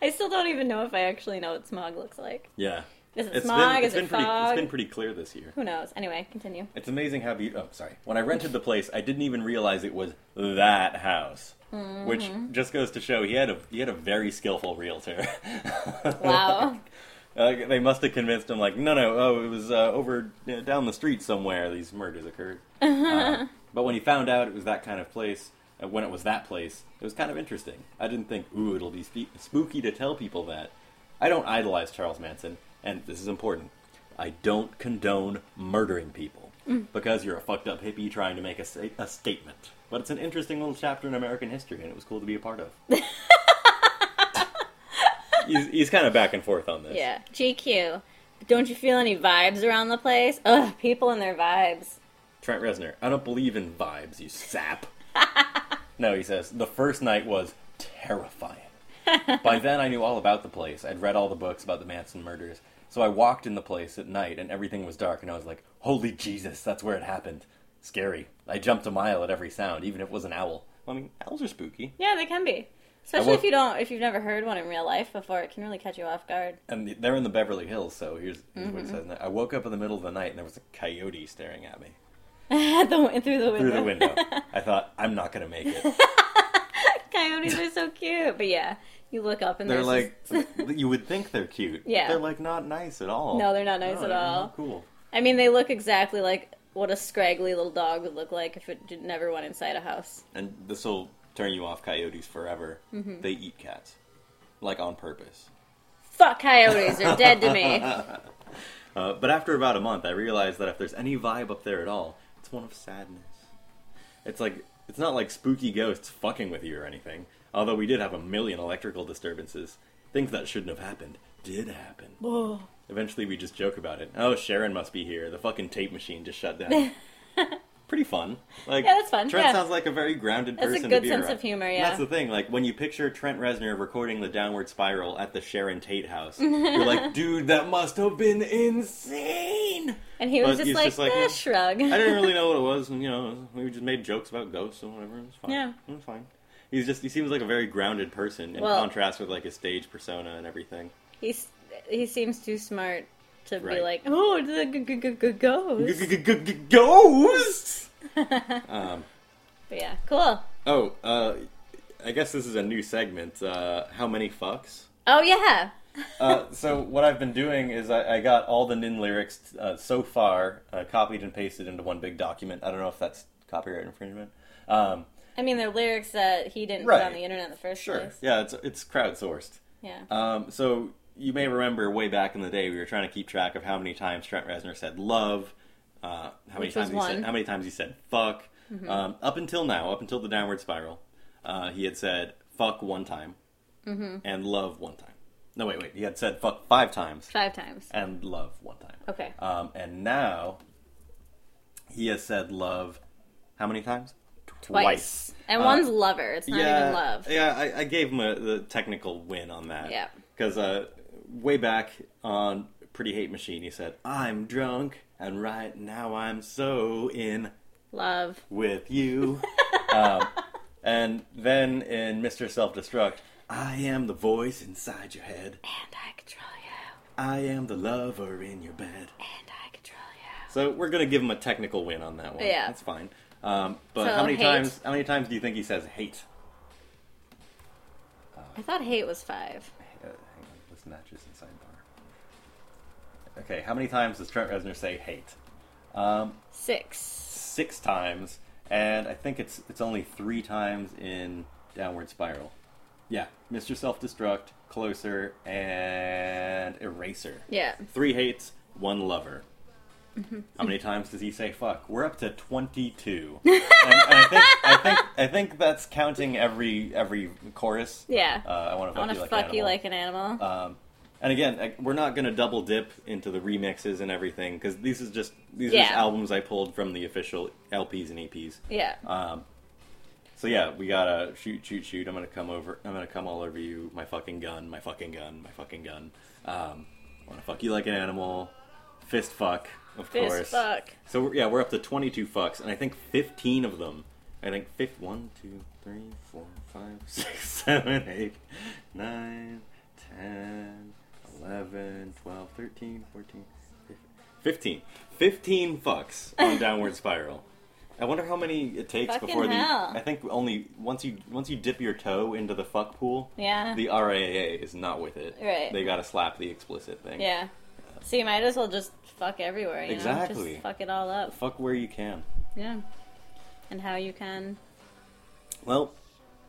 [SPEAKER 2] I still don't even know if I actually know what smog looks like.
[SPEAKER 1] Yeah.
[SPEAKER 2] Is it
[SPEAKER 1] It's
[SPEAKER 2] smog?
[SPEAKER 1] Been,
[SPEAKER 2] Is
[SPEAKER 1] it's been
[SPEAKER 2] it
[SPEAKER 1] pretty,
[SPEAKER 2] fog?
[SPEAKER 1] It's been pretty clear this year.
[SPEAKER 2] Who knows? Anyway, continue.
[SPEAKER 1] It's amazing how beautiful. Oh, sorry. When I rented the place, I didn't even realize it was that house, which
[SPEAKER 2] Mm-hmm.
[SPEAKER 1] just goes to show he had a he had a very skillful realtor.
[SPEAKER 2] Wow.
[SPEAKER 1] Like, they must have convinced him, like, no, no, oh, it was uh, over uh, down the street somewhere these murders occurred. Uh, but when he found out it was that kind of place, uh, when it was that place, it was kind of interesting. I didn't think, ooh, it'll be spe- spooky to tell people that. I don't idolize Charles Manson, and this is important. I don't condone murdering people because you're a fucked up hippie trying to make a, sta- a statement. But it's an interesting little chapter in American history, and it was cool to be a part of. he's, he's kind of back and forth on this.
[SPEAKER 2] yeah. GQ. Don't you feel any vibes around the place? Ugh, people and their vibes.
[SPEAKER 1] Trent Reznor, I don't believe in vibes, you sap. no, he says, the first night was terrifying. By then, I knew all about the place. I'd read all the books about the Manson murders. So I walked in the place at night, and everything was dark, and I was like, holy Jesus, that's where it happened. Scary. I jumped a mile at every sound, even if it was an owl. I mean, owls are spooky.
[SPEAKER 2] Yeah, they can be. Especially
[SPEAKER 1] will-
[SPEAKER 2] if you don't, if you've never heard one in real life before, it can really catch you off guard.
[SPEAKER 1] And they're in the Beverly Hills, so here's, here's what it says. I woke up in the middle of the night, and there was a coyote staring at me
[SPEAKER 2] At the win- through the window.
[SPEAKER 1] through the window. I thought, I'm not going to make it.
[SPEAKER 2] Coyotes are so cute, but yeah, you look up and
[SPEAKER 1] They're
[SPEAKER 2] there's
[SPEAKER 1] like
[SPEAKER 2] just-
[SPEAKER 1] you would think they're cute. but
[SPEAKER 2] Yeah.
[SPEAKER 1] They're like not nice at all.
[SPEAKER 2] No, they're not nice at
[SPEAKER 1] they're
[SPEAKER 2] all.
[SPEAKER 1] not Cool.
[SPEAKER 2] I mean, they look exactly like what a scraggly little dog would look like if it did- never went inside a house.
[SPEAKER 1] And this will turn you off coyotes forever.
[SPEAKER 2] Mm-hmm.
[SPEAKER 1] They eat cats. Like on purpose.
[SPEAKER 2] Fuck coyotes, they're dead to me.
[SPEAKER 1] Uh, but after about a month, I realized that if there's any vibe up there at all, it's one of sadness. It's like it's not like spooky ghosts fucking with you or anything. Although we did have a million electrical disturbances, things that shouldn't have happened did happen. Eventually, we just joke about it. Oh, Sharon must be here. The fucking tape machine just shut down. pretty fun. Like
[SPEAKER 2] Yeah, that's fun,
[SPEAKER 1] Trent
[SPEAKER 2] yeah.
[SPEAKER 1] sounds like a very grounded
[SPEAKER 2] That's a
[SPEAKER 1] person. to
[SPEAKER 2] good
[SPEAKER 1] be
[SPEAKER 2] sense
[SPEAKER 1] around.
[SPEAKER 2] of humor,
[SPEAKER 1] And
[SPEAKER 2] yeah.
[SPEAKER 1] that's the thing. Like when you picture Trent Reznor recording the Downward Spiral at the Sharon Tate house, you're like, dude, that must have been insane.
[SPEAKER 2] And he was
[SPEAKER 1] But
[SPEAKER 2] just
[SPEAKER 1] he's
[SPEAKER 2] like,
[SPEAKER 1] just like,
[SPEAKER 2] "Eh,
[SPEAKER 1] "Yeah."
[SPEAKER 2] shrug.
[SPEAKER 1] I didn't really know what it was, and you know, we just made jokes about ghosts and whatever. It was fine.
[SPEAKER 2] Yeah.
[SPEAKER 1] it was fine. He's just—he seems like a very grounded person in
[SPEAKER 2] Well-
[SPEAKER 1] contrast with like his stage persona and everything.
[SPEAKER 2] He's he seems too smart to be
[SPEAKER 1] Right.
[SPEAKER 2] like, oh, the g- g- g- g- ghost.
[SPEAKER 1] Ghosts. Um,
[SPEAKER 2] But yeah, cool.
[SPEAKER 1] oh, uh, I guess this is a new segment. Uh, how many fucks?
[SPEAKER 2] Oh yeah,
[SPEAKER 1] Uh, so what I've been doing is I, I got all the Nin lyrics uh, so far uh, copied and pasted into one big document. I don't know if that's copyright infringement. Um,
[SPEAKER 2] I mean they're lyrics that he didn't put
[SPEAKER 1] Right.
[SPEAKER 2] on the internet in the first place.
[SPEAKER 1] Yeah, it's it's crowdsourced.
[SPEAKER 2] Yeah.
[SPEAKER 1] Um, so you may remember way back in the day we were trying to keep track of how many times Trent Reznor said love, uh, how many
[SPEAKER 2] Which was
[SPEAKER 1] times he
[SPEAKER 2] one. Mm-hmm.
[SPEAKER 1] said how many times he said fuck. Um, up until now, up until the downward spiral, uh, he had said fuck one time
[SPEAKER 2] Mm-hmm.
[SPEAKER 1] and love one time. No, wait, wait. He had said fuck five times
[SPEAKER 2] Five times.
[SPEAKER 1] and love one time.
[SPEAKER 2] Okay.
[SPEAKER 1] Um, and now he has said love how many times?
[SPEAKER 2] Twice. And
[SPEAKER 1] Uh,
[SPEAKER 2] one's lover. It's not
[SPEAKER 1] yeah,
[SPEAKER 2] even love.
[SPEAKER 1] Yeah, I, I gave him a, the technical win on that.
[SPEAKER 2] Yeah.
[SPEAKER 1] Because uh, way back on Pretty Hate Machine, he said, I'm drunk, and right now I'm so in
[SPEAKER 2] Love.
[SPEAKER 1] with you. um, and then in Mr. Self Destruct, I am the voice inside your head.
[SPEAKER 2] And I control you.
[SPEAKER 1] I am the lover in your bed.
[SPEAKER 2] And I control you.
[SPEAKER 1] So we're gonna give him a technical win on that one.
[SPEAKER 2] Yeah.
[SPEAKER 1] that's fine. Um, but
[SPEAKER 2] So,
[SPEAKER 1] how many
[SPEAKER 2] hate.
[SPEAKER 1] times? How many times do you think he says hate?
[SPEAKER 2] I thought hate was five.
[SPEAKER 1] Uh, hang on, let's match this in sidebar. Okay, how many times does Trent Reznor say hate? Um,
[SPEAKER 2] Six.
[SPEAKER 1] six times, and I think it's it's only three times in Downward Spiral. Yeah, Mr. Self Destruct, Closer, and Eraser.
[SPEAKER 2] Yeah.
[SPEAKER 1] Three hates, one lover.
[SPEAKER 2] Mm-hmm.
[SPEAKER 1] How many times does he say fuck? We're up to twenty-two, and, and I think I think I think that's counting every every chorus.
[SPEAKER 2] Yeah.
[SPEAKER 1] Uh, I want
[SPEAKER 2] I
[SPEAKER 1] to fuck
[SPEAKER 2] want
[SPEAKER 1] you
[SPEAKER 2] to
[SPEAKER 1] like
[SPEAKER 2] fuck
[SPEAKER 1] an
[SPEAKER 2] you
[SPEAKER 1] animal.
[SPEAKER 2] like an animal.
[SPEAKER 1] Um, and again, I, we're not going to double dip into the remixes and everything because these is just these are just
[SPEAKER 2] Yeah.
[SPEAKER 1] albums I pulled from the official LPs and E EPs.
[SPEAKER 2] yeah.
[SPEAKER 1] Um, so yeah, we gotta shoot, shoot, shoot. I'm gonna come over. I'm gonna come all over you. My fucking gun. My fucking gun. My fucking gun. Um, I wanna fuck you like an animal. Fist fuck, of
[SPEAKER 2] Fist
[SPEAKER 1] course.
[SPEAKER 2] fuck.
[SPEAKER 1] So we're- yeah, we're up to 22 fucks, and I think 15 of them. I think fifth one, two, three, four, five, six, seven, eight, nine, 10, 11, 12, 13, 14, 15. 15 fucks on downward spiral. I wonder how many it takes
[SPEAKER 2] Fucking
[SPEAKER 1] before
[SPEAKER 2] hell.
[SPEAKER 1] the. I think only once you once you dip your toe into the fuck pool,
[SPEAKER 2] Yeah.
[SPEAKER 1] the RAA is not with it.
[SPEAKER 2] Right.
[SPEAKER 1] They gotta slap the explicit thing.
[SPEAKER 2] yeah. So you might as well just fuck everywhere. You Know?
[SPEAKER 1] Exactly.
[SPEAKER 2] Just fuck it all up.
[SPEAKER 1] Fuck where you can.
[SPEAKER 2] Yeah. And how you can.
[SPEAKER 1] Well,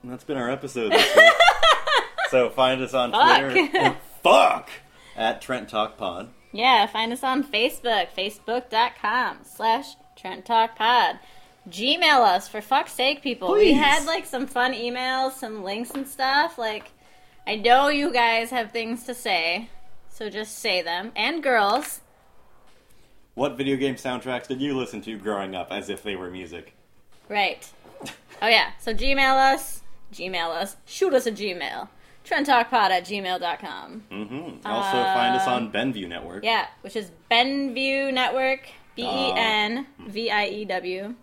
[SPEAKER 1] that's been our episode this week. so find us on
[SPEAKER 2] Fuck.
[SPEAKER 1] Twitter. fuck! At Trent Talk Pod.
[SPEAKER 2] Yeah, find us on Facebook, facebook.com slash Trent Talk Pod. Gmail us, for fuck's sake, people. We
[SPEAKER 1] Please.
[SPEAKER 2] had like some fun emails, some links and stuff. Like, I know you guys have things to say, so just say them. And girls.
[SPEAKER 1] What video game soundtracks did you listen to growing up as if they were music?
[SPEAKER 2] Right. Oh, yeah. So Gmail us, Gmail us, shoot us a Gmail. TrentTalkPod at gmail.com.
[SPEAKER 1] Mm-hmm. Also, find us on Benview Network.
[SPEAKER 2] Uh, Yeah, which is Benview Network, B E
[SPEAKER 1] Ah.
[SPEAKER 2] N V I E W,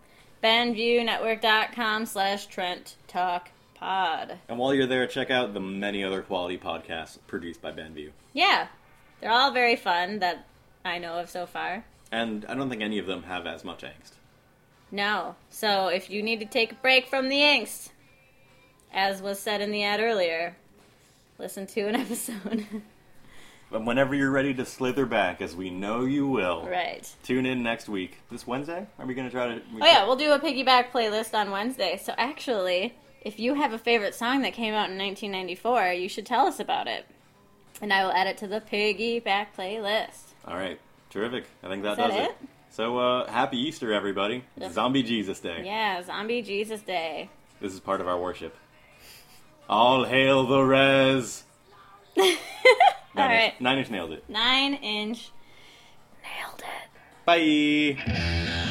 [SPEAKER 2] BenviewNetwork.com slash Trent Talk Pod.
[SPEAKER 1] And while you're there, check out the many other quality podcasts produced by Benview.
[SPEAKER 2] Yeah, they're all very fun that I know of so far.
[SPEAKER 1] And I don't think any of them have as much angst.
[SPEAKER 2] No, so if you need to take a break from the angst, as was said in the ad earlier, listen to an episode.
[SPEAKER 1] But whenever you're ready to slither back, as we know you will,
[SPEAKER 2] right.
[SPEAKER 1] tune in next week. This Wednesday? Are we going to try to.
[SPEAKER 2] Oh yeah, we'll do a piggyback playlist on Wednesday. So actually, if you have a favorite song that came out in 1994, you should tell us about it, and I will add it to the piggyback playlist.
[SPEAKER 1] All right. Terrific. I think that
[SPEAKER 2] Is that
[SPEAKER 1] does it.
[SPEAKER 2] it?
[SPEAKER 1] So, uh, happy Easter, everybody.
[SPEAKER 2] Yeah.
[SPEAKER 1] Zombie Jesus Day.
[SPEAKER 2] Yeah, Zombie Jesus Day.
[SPEAKER 1] This is part of our worship. All hail the res.
[SPEAKER 2] All
[SPEAKER 1] Nine Inch-
[SPEAKER 2] right,
[SPEAKER 1] Nine Inch nailed it.
[SPEAKER 2] nine inch, nailed it.
[SPEAKER 1] Bye.